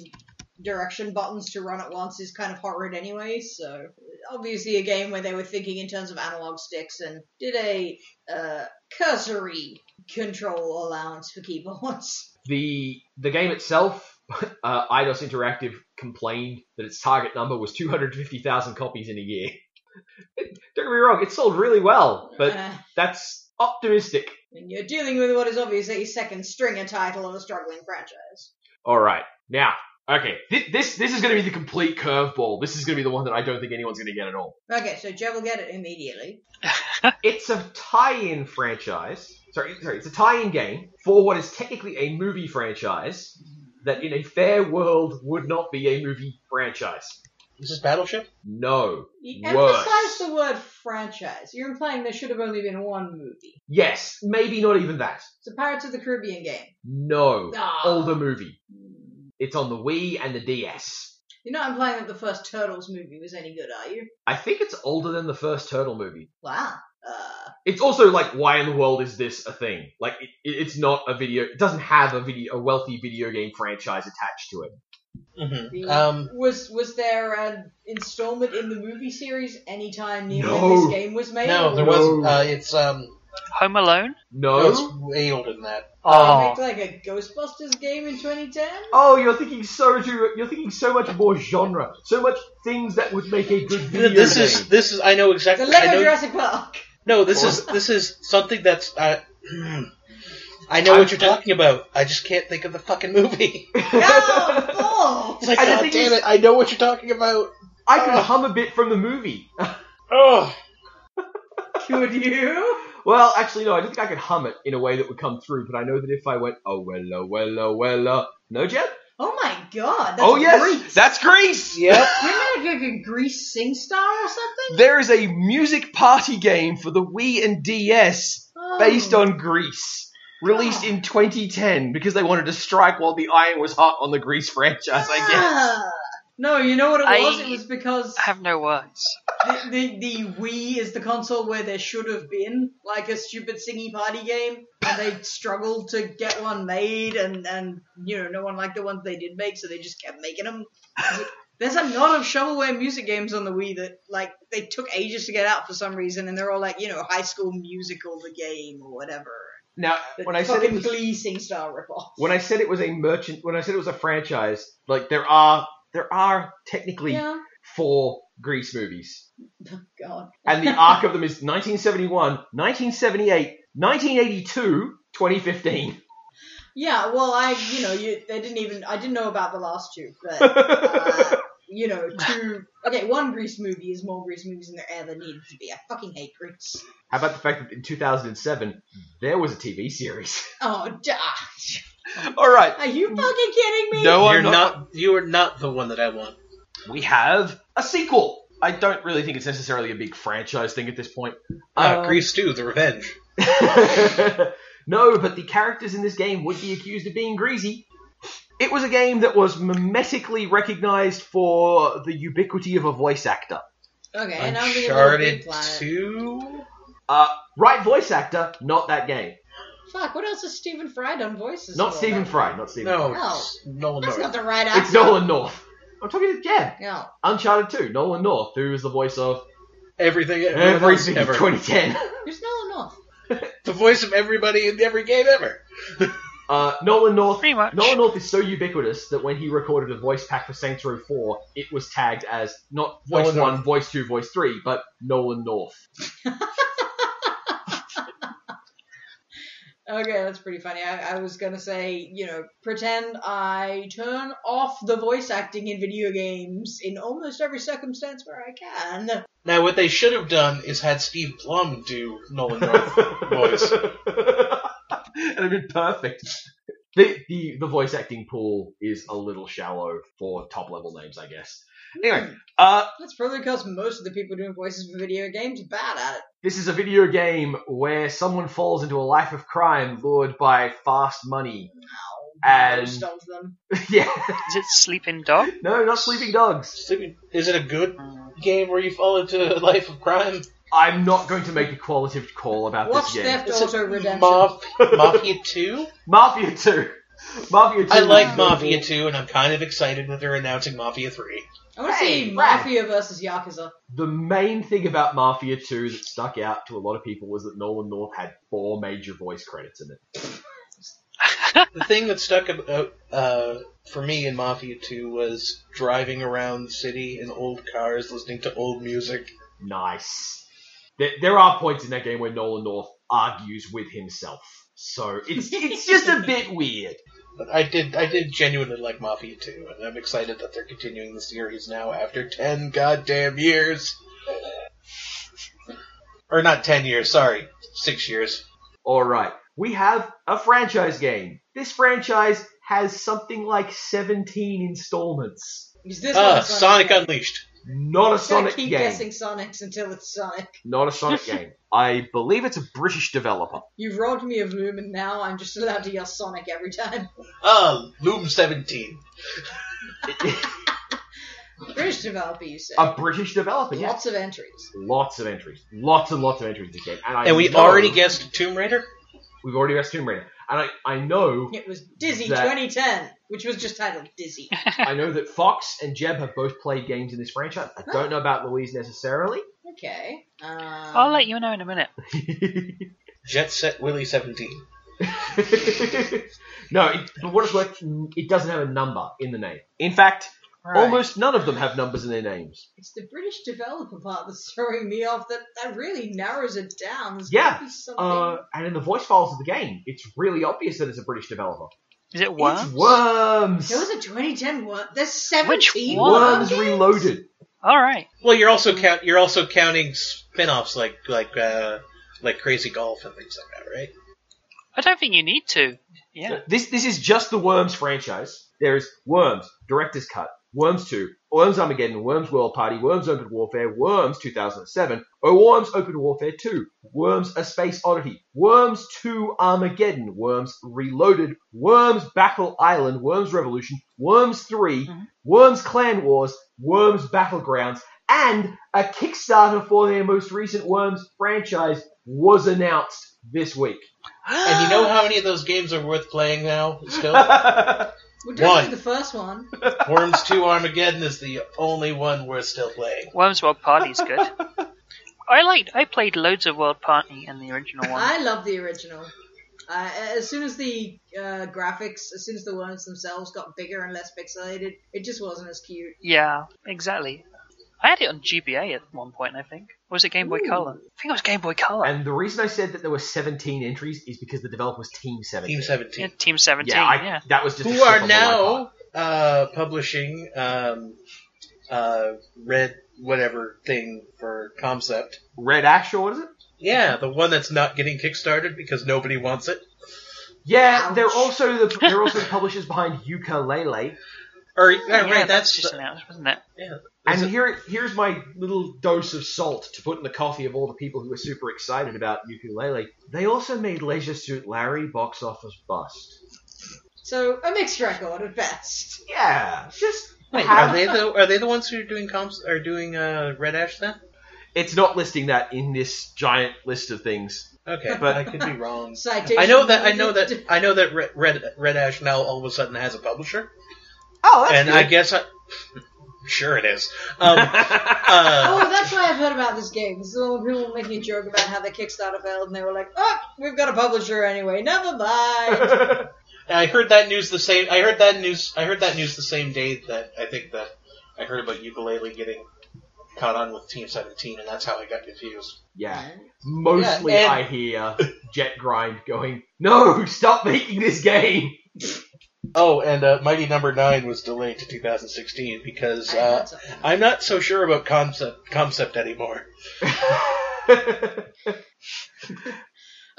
Speaker 2: direction buttons to run at once is kind of horrid anyway. So obviously a game where they were thinking in terms of analog sticks and did a uh, cursory control allowance for keyboards.
Speaker 3: The the game itself, (laughs) uh, IDOS Interactive complained that its target number was 250,000 copies in a year. (laughs) Don't get me wrong, it sold really well,
Speaker 2: (laughs)
Speaker 3: but
Speaker 2: Uh,
Speaker 3: that's optimistic.
Speaker 2: when you're dealing with what is obviously a second stringer title of a struggling franchise.
Speaker 3: All right, now, okay, thi- this this is going to be the complete curveball. This is going to be the one that I don't think anyone's going to get at all.
Speaker 2: Okay, so Joe will get it immediately.
Speaker 3: It's a tie-in franchise. Sorry, sorry, it's a tie-in game for what is technically a movie franchise that, in a fair world, would not be a movie franchise.
Speaker 1: This is Battleship.
Speaker 3: No.
Speaker 2: You
Speaker 3: Worse.
Speaker 2: emphasize the word franchise. You're implying there should have only been one movie.
Speaker 3: Yes, maybe not even that.
Speaker 2: It's a Pirates of the Caribbean game.
Speaker 3: No.
Speaker 2: Ah.
Speaker 3: Older movie. It's on the Wii and the DS.
Speaker 2: You're not implying that the first Turtles movie was any good, are you?
Speaker 3: I think it's older than the first Turtle movie.
Speaker 2: Wow. Uh,
Speaker 3: It's also like, why in the world is this a thing? Like, it, it- it's not a video. It doesn't have a video, a wealthy video game franchise attached to it.
Speaker 1: hmm Um,
Speaker 2: was was there an installment in the movie series any time near
Speaker 3: No.
Speaker 2: when this game was made?
Speaker 1: no, there wasn't. Uh, it's um,
Speaker 4: Home Alone?
Speaker 3: No.
Speaker 1: no, it's way older than that.
Speaker 2: They
Speaker 4: Oh,
Speaker 2: make like a Ghostbusters game in 2010.
Speaker 3: Oh, you're thinking so too. You're thinking so much more genre, so much things that would make a good video
Speaker 1: This
Speaker 3: game.
Speaker 5: (laughs)
Speaker 1: is this is. I know
Speaker 2: The
Speaker 1: exactly. I
Speaker 2: Lego
Speaker 1: know,
Speaker 2: Jurassic Park.
Speaker 1: no, this is this is something that's. Uh, (clears throat) I know what you're talking about. I just can't think of the fucking movie. (laughs)
Speaker 2: No, balls.
Speaker 1: It's like,
Speaker 3: And the
Speaker 1: God
Speaker 3: thing
Speaker 1: damn
Speaker 3: is-
Speaker 1: it! I know what you're talking about.
Speaker 3: (laughs) I could
Speaker 1: Ugh.
Speaker 3: hum a bit from the movie. (laughs)
Speaker 1: Oh,
Speaker 2: Could you?
Speaker 3: Well, actually, no. I don't think I could hum it in a way that would come through. But I know that if I went, oh well, oh well, oh well, uh, no, Jeb.
Speaker 2: Oh my god. That's
Speaker 3: Oh yes,
Speaker 2: Grease.
Speaker 5: That's Greece.
Speaker 1: yep.
Speaker 2: You're not like a Grease SingStar or something?
Speaker 5: There is a music party game for the Wii and DS
Speaker 2: Oh.
Speaker 5: based on Greece, released in 2010 because they wanted to strike while the iron was hot on the Greece franchise. I guess.
Speaker 2: Ah. No, you know what it
Speaker 4: I-
Speaker 2: was? It was because
Speaker 4: I have no words.
Speaker 2: the, the, the Wii is the console where there should have been like a stupid singy party game, and
Speaker 3: (laughs)
Speaker 2: they struggled to get one made, and and you know no one liked the ones they did make, so they just kept making them. There's a lot of shovelware music games on the Wii that like they took ages to get out for some reason, and they're all like you know High School Musical the game or whatever.
Speaker 3: Now,
Speaker 2: The
Speaker 3: when I said it
Speaker 2: fucking
Speaker 3: was,
Speaker 2: Glee SingStar ripoff.
Speaker 3: when I said it was a merchant, when I said it was a franchise, like there are there are technically
Speaker 2: Yeah, (laughs)
Speaker 3: four Grease movies.
Speaker 2: God.
Speaker 3: and the arc of them is 1971, 1978, 1982, 2015.
Speaker 2: Yeah, well, I, you know, you, they didn't even, I didn't know about the last two,
Speaker 3: (laughs)
Speaker 2: but, uh, you know, two, okay, one Grease movie is more Grease movies than there ever needed to be. I fucking hate Grease.
Speaker 3: How about the fact that in 2007 there was a TV series? (laughs)
Speaker 2: Oh, duh.
Speaker 5: All right.
Speaker 2: Are you fucking kidding me?
Speaker 5: (laughs) No,
Speaker 1: you're
Speaker 5: I'm not.
Speaker 1: not, You are not the one that I want.
Speaker 5: We have a sequel. I don't really think it's necessarily a big franchise thing at this point.
Speaker 1: Ah,
Speaker 5: Um,
Speaker 1: Grease 2, The Revenge.
Speaker 3: (laughs) no, but the characters in this game would be accused of being greasy.
Speaker 5: It was a game that was mimetically recognized for the ubiquity of a voice actor.
Speaker 2: Okay, and I'm being a little big
Speaker 1: Uncharted
Speaker 2: planet.
Speaker 1: 2?
Speaker 3: Right voice actor, not that game.
Speaker 2: Fuck, what else has Stephen Fry done voices
Speaker 3: Not
Speaker 2: for?
Speaker 3: Stephen Fry, not Stephen
Speaker 1: No,
Speaker 3: Fry.
Speaker 2: No.
Speaker 1: no,
Speaker 2: That's
Speaker 1: no.
Speaker 2: not the right
Speaker 3: It's
Speaker 2: actor.
Speaker 3: Nolan North. I'm talking to Jeb.
Speaker 2: No.
Speaker 3: Uncharted 2, Nolan North, who is the voice of
Speaker 1: Everything, everything
Speaker 3: everything in
Speaker 1: ever.
Speaker 3: 2010.
Speaker 2: Who's Nolan North?
Speaker 1: The voice of everybody in every game ever.
Speaker 3: Uh, Nolan North
Speaker 4: Pretty much.
Speaker 3: Nolan North is so ubiquitous that when he recorded a voice pack for Saints Row 4, it was tagged as not voice
Speaker 1: Nolan
Speaker 3: 1,
Speaker 1: North.
Speaker 3: voice 2, voice 3, but Nolan North.
Speaker 2: Okay, that's pretty funny. I, I was gonna say, you know, pretend I turn off the voice acting in video games in almost every circumstance where I can.
Speaker 1: Now, what they should have done is had Steve
Speaker 3: (laughs)
Speaker 1: Blum do Nolan North voice.
Speaker 3: It'd have been perfect. The, the the voice acting pool is a little shallow for top level names, I guess. Anyway, uh,
Speaker 2: That's probably because most of the people doing voices for video games are bad at it.
Speaker 3: This is a video game where someone falls into a life of crime lured by fast money. (laughs) And-
Speaker 2: Most of them.
Speaker 3: yeah,
Speaker 4: Is it Sleeping Dog?
Speaker 3: no, not sleeping dogs.
Speaker 1: Sleeping. Is it a good game where you fall into a life of crime?
Speaker 3: I'm not going to make a qualitative call about
Speaker 2: Watch
Speaker 3: this game.
Speaker 2: Theft Auto Redemption.
Speaker 1: Maf- Mafia 2?
Speaker 3: Mafia 2. Mafia 2.
Speaker 1: I like
Speaker 3: is
Speaker 1: Mafia 2, and I'm kind of excited that they're announcing Mafia 3.
Speaker 2: I want to
Speaker 3: Hey,
Speaker 2: see
Speaker 3: Brad.
Speaker 2: Mafia versus Yakuza.
Speaker 3: The main thing about Mafia 2 that stuck out to a lot of people was that Nolan North had four major voice credits in it.
Speaker 1: The thing that stuck about, uh, for me in Mafia 2 was driving around the city in old cars, listening to old music.
Speaker 3: Nice. There, there are points in that game where Nolan North argues with himself. So it's it's just a bit weird.
Speaker 1: But I did, I did genuinely like Mafia 2, and I'm excited that they're continuing the series now after 10 goddamn years. Or not 10 years, sorry, 6 years.
Speaker 3: All right. We have a franchise game. This franchise has something like 17 installments.
Speaker 2: Is this
Speaker 1: Ah,
Speaker 2: one
Speaker 1: Sonic Unleashed.
Speaker 3: Not a
Speaker 2: Should I
Speaker 3: Uh, Sonic
Speaker 2: keep
Speaker 3: game.
Speaker 2: guessing Sonics until it's Sonic.
Speaker 3: Not
Speaker 2: (laughs)
Speaker 3: a Sonic game. I believe it's a British developer.
Speaker 2: You've robbed me of Lumen now. I'm just allowed to yell Sonic every time. (laughs)
Speaker 1: Ah, Loom 17.
Speaker 2: British developer, you said.
Speaker 3: a British developer, yes.
Speaker 2: Lots of entries.
Speaker 3: Lots of entries. Lots and lots of entries in this game. And, I
Speaker 1: And we
Speaker 3: know-
Speaker 1: already guessed Tomb Raider?
Speaker 3: We've already guessed Tomb Raider. And I, I know
Speaker 2: It was Dizzy
Speaker 3: That-
Speaker 2: 2010, which was just titled
Speaker 4: (laughs)
Speaker 2: Dizzy.
Speaker 3: I know that Fox and Jeb have both played games in this franchise. I don't know about Louise necessarily. (laughs)
Speaker 2: Okay. Um,
Speaker 4: I'll let you know in a minute.
Speaker 1: Jet Set Willy 17.
Speaker 3: no, it, but what it's worth, it doesn't have a number in the name. In fact, almost none of them have numbers in their names.
Speaker 2: It's the British developer part that's throwing me off. That that really narrows it down. There's
Speaker 3: Yeah,
Speaker 2: gotta be something.
Speaker 3: Uh, and in the voice files of the game, it's really obvious that it's a British developer.
Speaker 4: Is it Worms?
Speaker 3: It's Worms.
Speaker 2: there was a 2010 one. There's
Speaker 4: Which
Speaker 2: 17
Speaker 4: one?
Speaker 3: Worms
Speaker 2: games? (gasps)
Speaker 3: Reloaded.
Speaker 4: All right.
Speaker 1: Well, you're also count you're also counting spin-offs like like uh, like Crazy Golf and things like that, right?
Speaker 4: I don't think you need to. Yeah.
Speaker 3: This this is just the Worms franchise. There is Worms Director's Cut, Worms Two, Worms Armageddon, Worms World Party, Worms Open Warfare, Worms 2007, Oh Worms Open Warfare 2, Worms A Space Oddity, Worms 2 Armageddon, Worms Reloaded, Worms Battle Island, Worms Revolution, Worms 3,
Speaker 4: Mhm.
Speaker 3: Worms Clan Wars, Worms Battlegrounds, and a Kickstarter for their most recent Worms franchise was announced this week.
Speaker 1: And you know how many of those games are worth playing now? Still,
Speaker 3: (laughs) That's
Speaker 2: We're definitely
Speaker 1: One.
Speaker 2: the first one.
Speaker 1: Worms Two Armageddon is the only one we're still playing.
Speaker 4: Worms World Party's good. I liked. I played loads of World Party in the original one.
Speaker 2: I love the original. Uh, as soon as the uh, graphics, as soon as the worms themselves got bigger and less pixelated, it just wasn't as cute.
Speaker 4: Yeah, exactly. I had it on GBA at one point, I think. Or was it Game Boy
Speaker 2: Ooh.
Speaker 4: Color? I think it was Game Boy Color.
Speaker 3: And the reason I said that there were 17 entries is because the developer was Team 17.
Speaker 1: Team
Speaker 4: yeah,
Speaker 1: Seventeen,
Speaker 4: Team 17,
Speaker 3: Yeah, I,
Speaker 4: yeah.
Speaker 3: that was just a
Speaker 1: who
Speaker 3: slip
Speaker 1: are
Speaker 3: on my part.
Speaker 1: now uh, publishing um, uh, Red whatever thing for Concept.
Speaker 3: Red Ash, or what is it?
Speaker 1: Yeah, the one that's not getting kickstarted because nobody wants it,
Speaker 3: Yeah,
Speaker 2: Ouch.
Speaker 3: they're also the
Speaker 1: (laughs)
Speaker 3: they're also the publishers behind Ukulele.
Speaker 1: or Oh, yeah,
Speaker 4: Yeah,
Speaker 1: right?
Speaker 4: that's
Speaker 1: That's,
Speaker 4: just announced, wasn't it?
Speaker 3: And
Speaker 1: Is it-
Speaker 3: here here's my little dose of salt to put in the coffee of all the people who were super excited about Ukulele. They also made Leisure Suit Larry box office bust.
Speaker 2: So a mixed record at best.
Speaker 3: Yeah, just
Speaker 1: Wait,
Speaker 3: have-
Speaker 1: are they the are they the ones who are doing comps are doing uh, Red Ash then?
Speaker 3: it's not listing that in this giant list of things.
Speaker 1: Okay, but I could be wrong.
Speaker 2: Citation.
Speaker 1: I know that I know that I know that Red Red, Red Ash now all of a sudden has a publisher,
Speaker 3: Oh, that's
Speaker 1: and I guess I sure it is. Um, uh,
Speaker 2: Oh, that's why I've heard about this game. This is all people were making a joke about how their Kickstarter failed, and they were like, "Oh, we've got a publisher anyway. Never
Speaker 3: (laughs)
Speaker 2: mind."
Speaker 3: good.
Speaker 1: I heard that news the same. I heard that news. I heard that news the same day that I think that I heard about ukulele getting caught on with Team Seventeen, and that's how I got confused.
Speaker 3: (laughs) Yeah. Mostly
Speaker 1: Yeah, and-
Speaker 3: I hear Jet Grind going, No, stop making this game! (laughs)
Speaker 1: Oh, and uh, Mighty Number Nine was delayed to 2016 because
Speaker 2: I
Speaker 1: uh,
Speaker 2: heard something.
Speaker 1: I'm not so sure about concept concept anymore.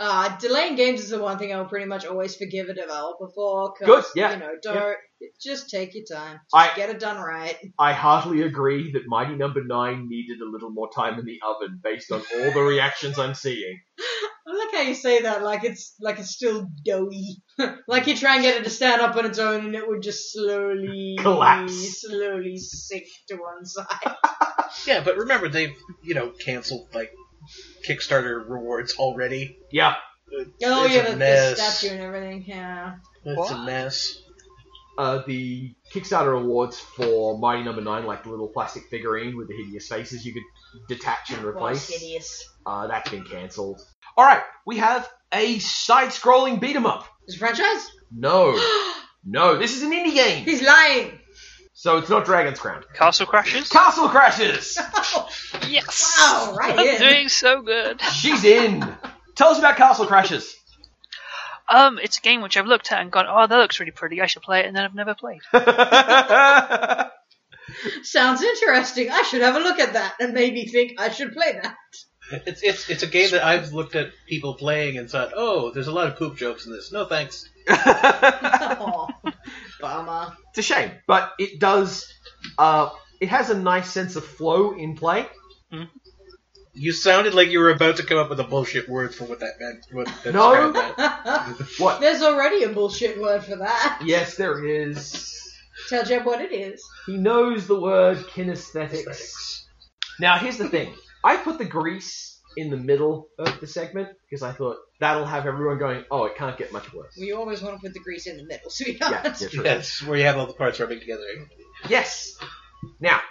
Speaker 2: Uh, delaying games is the one thing I'll pretty much always forgive a developer for. 'cause,
Speaker 3: Good, yeah,
Speaker 2: You know, don't just take your time. Just
Speaker 3: I-
Speaker 2: get it done right.
Speaker 3: I heartily agree that Mighty Number Nine needed a little more time in the oven based on all the reactions I'm seeing.
Speaker 2: I like how you say that. Like it's like it's still doughy. (laughs) like you try and get it to stand up on its own, and it would just slowly
Speaker 3: Collapse.
Speaker 2: slowly sink to one side.
Speaker 1: Yeah, but remember they've you know canceled like Kickstarter rewards already.
Speaker 3: Yeah,
Speaker 2: Oh
Speaker 1: It's a
Speaker 2: yeah, the, the
Speaker 1: mess.
Speaker 2: statue and everything. Yeah.
Speaker 1: It's a
Speaker 4: What?
Speaker 1: mess.
Speaker 3: uh, the Kickstarter awards for Mighty Number Nine, like the little plastic figurine with the hideous faces you could detach and
Speaker 2: Was
Speaker 3: replace,
Speaker 2: hideous.
Speaker 3: uh, that's been cancelled. All right, we have a side-scrolling beat 'em up.
Speaker 2: This franchise? (gasps)
Speaker 3: No, no, this is an
Speaker 2: (laughs)
Speaker 3: indie game,
Speaker 1: (laughs)
Speaker 2: He's lying.
Speaker 3: so it's not Dragon's Crown.
Speaker 4: Castle Crashers?
Speaker 3: Castle Crashes.
Speaker 1: Oh,
Speaker 4: Yes!
Speaker 2: Wow, right
Speaker 4: (laughs) I'm
Speaker 2: in.
Speaker 4: doing so good.
Speaker 3: She's in. Tell us about Castle Crashes.
Speaker 4: Um, it's a game which I've looked at and gone, oh, that looks really pretty. I should play it, and then I've never played.
Speaker 2: Sounds interesting. I should have a look at that and maybe think I should
Speaker 1: (laughs)
Speaker 2: play that. (laughs)
Speaker 1: It's it's it's a game that I've looked at people playing and thought, oh, there's a lot of poop jokes in this. No thanks.
Speaker 2: oh, bummer. (laughs)
Speaker 3: it's a shame, but it does. Uh, it has a nice sense of flow in play.
Speaker 1: You sounded like you were about to come up with a bullshit word for what that meant. What that
Speaker 3: No.
Speaker 1: described that.
Speaker 3: What?
Speaker 2: There's already a bullshit word for that.
Speaker 3: Yes, there is.
Speaker 2: Tell Jeb what it is.
Speaker 3: He knows the word kinesthetics. Now, here's the thing. I put the grease in the middle of the segment because I thought that'll have everyone going, "Oh, it can't get much worse."
Speaker 2: We always want to put the grease in the middle, to be
Speaker 3: Yeah,
Speaker 2: honest.
Speaker 3: yeah, true.
Speaker 1: That's where you have all the parts rubbing together.
Speaker 3: Yes. Now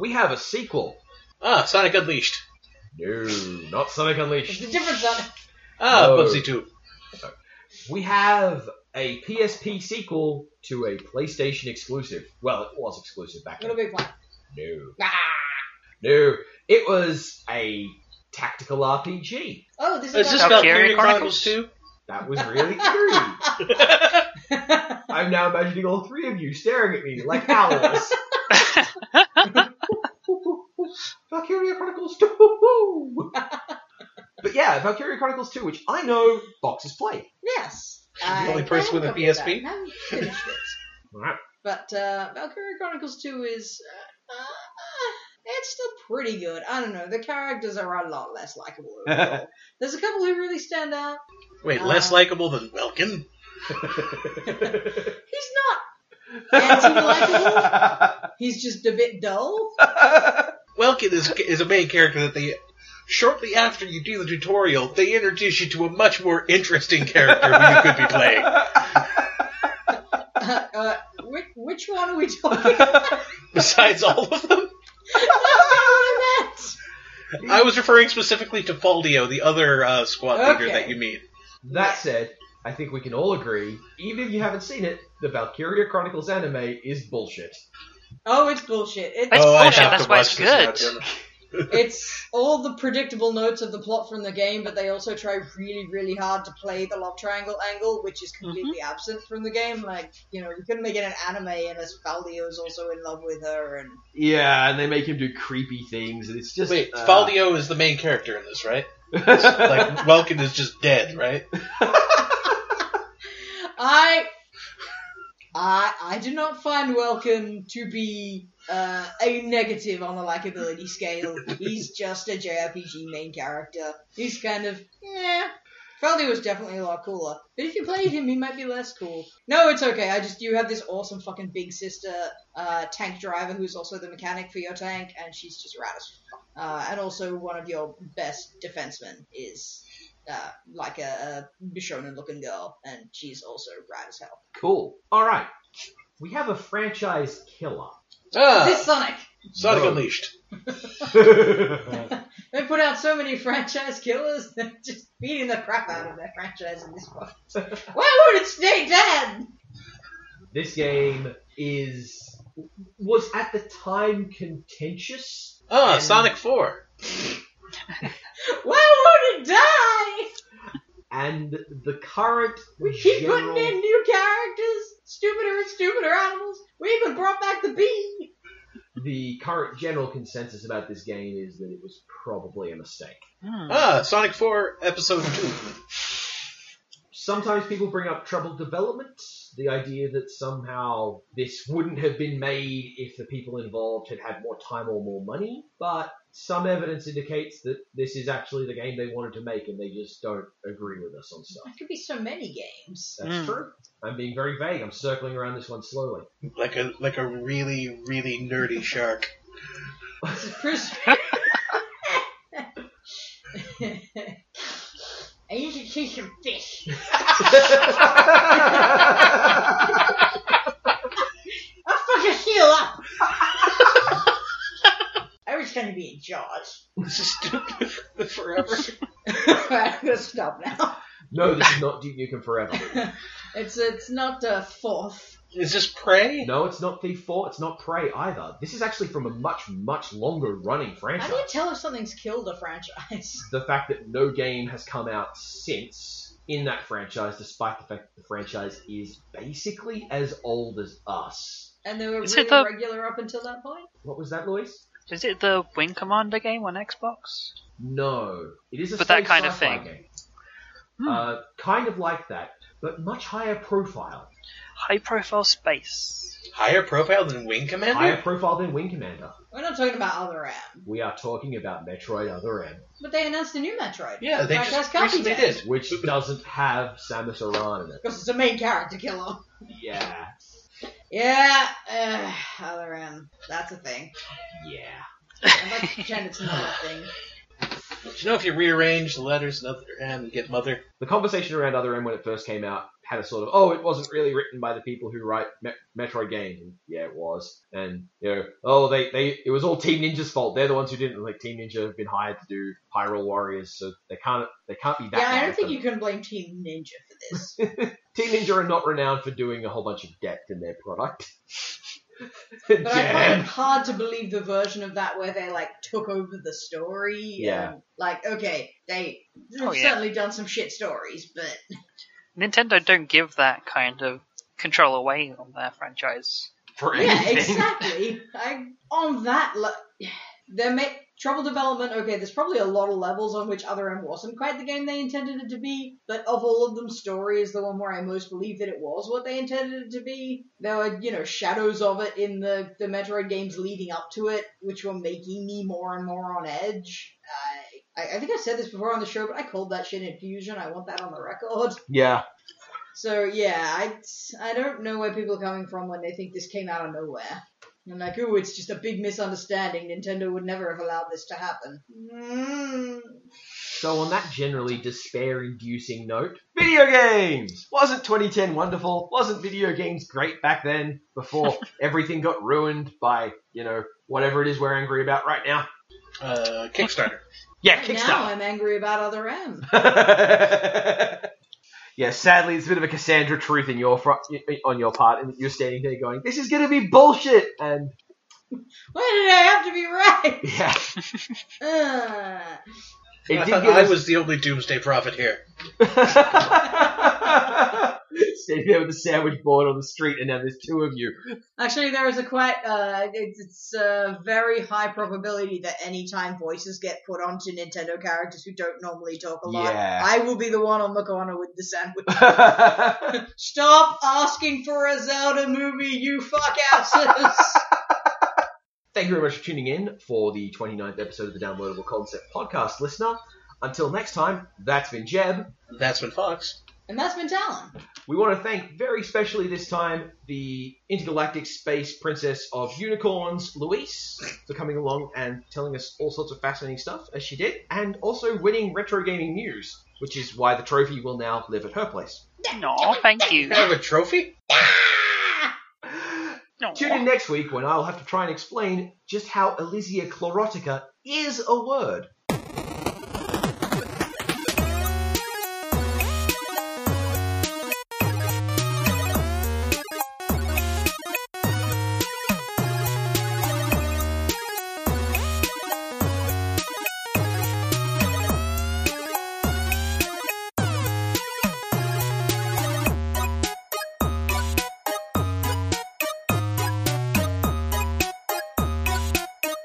Speaker 3: we have a sequel.
Speaker 1: Ah, Sonic Unleashed.
Speaker 3: No, not Sonic
Speaker 2: It's
Speaker 3: Unleashed.
Speaker 2: the difference on
Speaker 1: Ah,
Speaker 3: No.
Speaker 1: Bubsy 2.
Speaker 3: We have a PSP sequel to a PlayStation exclusive. Well, it was exclusive back then.
Speaker 2: Little Big Planet.
Speaker 3: No.
Speaker 2: Ah.
Speaker 3: (laughs) No. It was a tactical RPG.
Speaker 2: Oh, this is,
Speaker 1: Is this
Speaker 2: like-
Speaker 1: Valkyria
Speaker 4: Valkyria
Speaker 1: Chronicles
Speaker 4: Chronicles?
Speaker 1: 2?
Speaker 3: That was really eerie. I'm now imagining all three of you staring at me like owls. (laughs) Valkyria Chronicles 2! (laughs) but yeah, Valkyria Chronicles 2, which I know Box has played.
Speaker 2: yes.
Speaker 1: You're the only
Speaker 2: I-
Speaker 1: person
Speaker 2: I
Speaker 1: with a
Speaker 2: have a copy of
Speaker 1: PSP?
Speaker 2: that. I haven't finished it. But uh, Valkyria Chronicles 2 is. Uh, uh, it's still pretty good. I don't know. The characters are a lot
Speaker 1: (laughs)
Speaker 2: less likable
Speaker 3: (laughs)
Speaker 2: overall. There's a couple who really stand out.
Speaker 1: (laughs) Wait,
Speaker 2: Uh.
Speaker 1: less likable than Welkin?
Speaker 2: He's
Speaker 1: (laughs)
Speaker 2: not anti-likable.
Speaker 3: (laughs)
Speaker 2: He's just a bit dull.
Speaker 1: Welkin is, is a main character that they. Shortly after you do the tutorial, they introduce you to a much more interesting character who you could be playing.
Speaker 3: (laughs)
Speaker 2: Uh, uh, which, which one are we talking about? (laughs)
Speaker 1: Besides all of them,
Speaker 2: I
Speaker 1: I was referring specifically to Faldio, the other uh, squad leader
Speaker 2: Okay.
Speaker 1: that you meet.
Speaker 3: That said, I think we can all agree, even if you haven't seen it, the Valkyria Chronicles anime is bullshit.
Speaker 2: Oh, it's bullshit. It,
Speaker 4: That's
Speaker 1: oh,
Speaker 4: bullshit,
Speaker 1: I have
Speaker 4: that's
Speaker 1: to
Speaker 4: why
Speaker 1: watch
Speaker 4: it's
Speaker 1: this now,
Speaker 4: good.
Speaker 1: Jim.
Speaker 3: (laughs)
Speaker 2: it's all the predictable notes of the plot from the game, but they also try really, really hard to play the love triangle angle, which is completely absent from the game. Like, you know, you couldn't make it an anime unless Valdio's also in love with her, and
Speaker 3: Yeah, and they make him do creepy things, and it's just.
Speaker 1: Wait,
Speaker 3: uh, (laughs)
Speaker 1: Faldio is the main character in this, right? Like, Welkin is just dead, right?
Speaker 2: I, I, I do not find Welkin to be uh, a negative on the likability scale. He's just a JRPG main character. He's kind of yeah. Feldy was definitely a lot cooler, but if you played him, he might be less cool. No, it's okay. I just you have this awesome fucking big sister uh, tank driver who's also the mechanic for your tank, and she's just rad as fuck. Uh, and also one of your best defensemen is uh, like a, a Bishonen looking girl, and she's also rad as hell.
Speaker 3: Cool. All right. We have a franchise (laughs) killer.
Speaker 1: Ah,
Speaker 2: This Sonic!
Speaker 1: Sonic
Speaker 3: Bro.
Speaker 1: Unleashed.
Speaker 2: They put out so many franchise killers, (laughs) they're just beating the crap out of their franchise in this one. (laughs) Why would it stay dead? (laughs)
Speaker 3: this game is was at the time contentious.
Speaker 1: Ah,
Speaker 3: And-
Speaker 1: Sonic 4.
Speaker 2: Why would it die?
Speaker 3: And the current
Speaker 2: We keep
Speaker 3: general,
Speaker 2: putting in new characters, stupider and stupider animals. We even brought back the bee.
Speaker 3: the current general consensus about this game is that it was probably a mistake.
Speaker 4: Hmm.
Speaker 1: Ah, Sonic 4 Episode 2.
Speaker 3: Sometimes people bring up troubled development, the idea that somehow this wouldn't have been made if the people involved had had more time or more money, but some evidence indicates that this is actually the game they wanted to make and they just don't agree with us on stuff.
Speaker 2: That could be so many games.
Speaker 3: (laughs) That's
Speaker 4: Hmm.
Speaker 3: true. I'm being very vague. I'm circling around this one slowly.
Speaker 1: Like a like a really, really nerdy shark. (laughs)
Speaker 2: This is Chris. (laughs) I used to see some fish. I'll fucking seal up. (laughs) I was going to be in (laughs) Jaws.
Speaker 1: This is stupid forever.
Speaker 2: I'm going to stop now.
Speaker 3: no, this is not Duke Nukem Forever.
Speaker 2: It's it's not the fourth.
Speaker 1: Is this Prey?
Speaker 3: No, it's not Thief 4, it's not Prey either. This is actually from a much, much longer running
Speaker 2: How
Speaker 3: franchise.
Speaker 2: do you tell if something's killed a franchise? (laughs)
Speaker 3: The fact that no game has come out since in that franchise, despite the fact that the franchise is basically as old as us.
Speaker 2: And they were
Speaker 4: Is
Speaker 2: really
Speaker 4: it the-
Speaker 2: regular up until that point?
Speaker 3: What was that, Luis?
Speaker 4: Is it the Wing Commander game on Xbox?
Speaker 3: No. It is a
Speaker 4: But that
Speaker 3: space
Speaker 4: kind of
Speaker 3: sci-fi
Speaker 4: thing.
Speaker 3: game.
Speaker 4: Hmm.
Speaker 3: Uh, kind of like that, but much higher profile.
Speaker 4: High profile space.
Speaker 1: Higher profile than Wing Commander?
Speaker 3: Higher profile than Wing Commander.
Speaker 2: We're not talking about Other M.
Speaker 3: We are talking about Metroid Other M,
Speaker 2: But they announced a new Metroid.
Speaker 1: Yeah, they
Speaker 2: Franchise
Speaker 1: just
Speaker 2: copy
Speaker 1: recently
Speaker 2: test.
Speaker 1: did.
Speaker 3: which doesn't have Samus Aran in it.
Speaker 2: Because it's a main character killer.
Speaker 3: Yeah,
Speaker 2: Yeah, uh, Other M. That's
Speaker 1: (laughs)
Speaker 2: a thing.
Speaker 3: yeah.
Speaker 2: I'd like to pretend it's not a thing.
Speaker 1: But you know, if you rearrange the letters and other and you get Mother,
Speaker 3: the conversation around Other M when it first came out had a sort of, oh, it wasn't really written by the people who write Me- Metroid games. And, yeah, it was. And, you know, oh, they, they, it was all Team Ninja's fault. They're the ones who didn't. Like, Team Ninja have been hired to do Hyrule Warriors, so they can't, they can't be that
Speaker 2: yeah, I
Speaker 3: bad
Speaker 2: don't
Speaker 3: at
Speaker 2: think
Speaker 3: them.
Speaker 2: you can blame Team Ninja for this.
Speaker 3: Team Ninja are not renowned for doing a whole bunch of depth in their
Speaker 2: (laughs)
Speaker 3: product. (laughs)
Speaker 2: But I find
Speaker 3: yeah.
Speaker 2: it hard to believe the version of that where they like took over the story.
Speaker 3: Yeah.
Speaker 2: And, like, okay, they they've
Speaker 4: Oh, yeah.
Speaker 2: certainly done some shit stories, but
Speaker 4: Nintendo don't give that kind of control away on their franchise.
Speaker 3: For
Speaker 2: yeah,
Speaker 3: anything.
Speaker 2: exactly. I, on that, le- there may trouble development. Okay, there's probably a lot of levels on which Other M wasn't quite the game they intended it to be, but of all of them, story is the one where I most believe that it was what they intended it to be. There were, you know, shadows of it in the the Metroid games leading up to it, which were making me more and more on edge. I, I, I think I said this before on the show, but I called that shit infusion. I want that on the record.
Speaker 3: Yeah.
Speaker 2: So yeah, I, I don't know where people are coming from when they think this came out of nowhere. I'm like, ooh, it's just a big misunderstanding. Nintendo would never have allowed this to happen. Mm.
Speaker 3: So on that generally despair-inducing note, video games! Wasn't 2010 wonderful? Wasn't video games great back then
Speaker 1: (laughs)
Speaker 3: before everything got ruined by, you know, whatever it is we're angry about right now?
Speaker 1: uh, Kickstarter.
Speaker 3: Yeah,
Speaker 2: Right now,
Speaker 3: Kickstarter!
Speaker 2: I'm angry about Other M.
Speaker 3: (laughs) yeah, sadly it's a bit of a Cassandra truth in your fr- on your part and you're standing there going, this is going to be bullshit! And
Speaker 2: Why did I have
Speaker 1: (laughs)
Speaker 2: to be right?
Speaker 3: yeah,
Speaker 2: (laughs) Uh,
Speaker 3: it
Speaker 1: I
Speaker 3: did
Speaker 1: thought
Speaker 3: give
Speaker 1: I
Speaker 3: us-
Speaker 1: was the only doomsday prophet here.
Speaker 3: (laughs) Standing there with a sandwich board on the street and now there's two of you. (laughs)
Speaker 2: actually, there is a quite uh, it's, it's a very high probability that anytime voices get put onto Nintendo characters who don't normally talk a lot,
Speaker 3: Yeah.
Speaker 2: I will be the one on the corner with the sandwich. Stop asking for a Zelda movie, you fuck (laughs) asses!
Speaker 3: Thank you very much for tuning in for the 29th episode of the Downloadable Concept Podcast, listener. Until next time, that's been Jeb.
Speaker 1: That's when Fox.
Speaker 2: and that's been Talon.
Speaker 3: We want to thank very specially this time the intergalactic space princess of unicorns, Luis, for coming along and telling us all sorts of fascinating stuff, as she did, and also winning retro gaming news, which is why the trophy will now live at her place.
Speaker 4: No, thank you.
Speaker 1: You have a trophy?
Speaker 4: Aw.
Speaker 3: Tune in next week when I'll have to try and explain just how Elysia chlorotica is a word.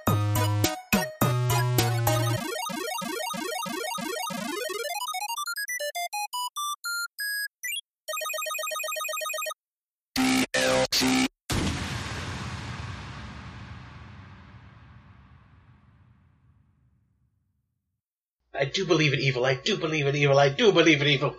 Speaker 8: Thank
Speaker 1: I do believe in evil. I do believe in evil. I do believe in evil.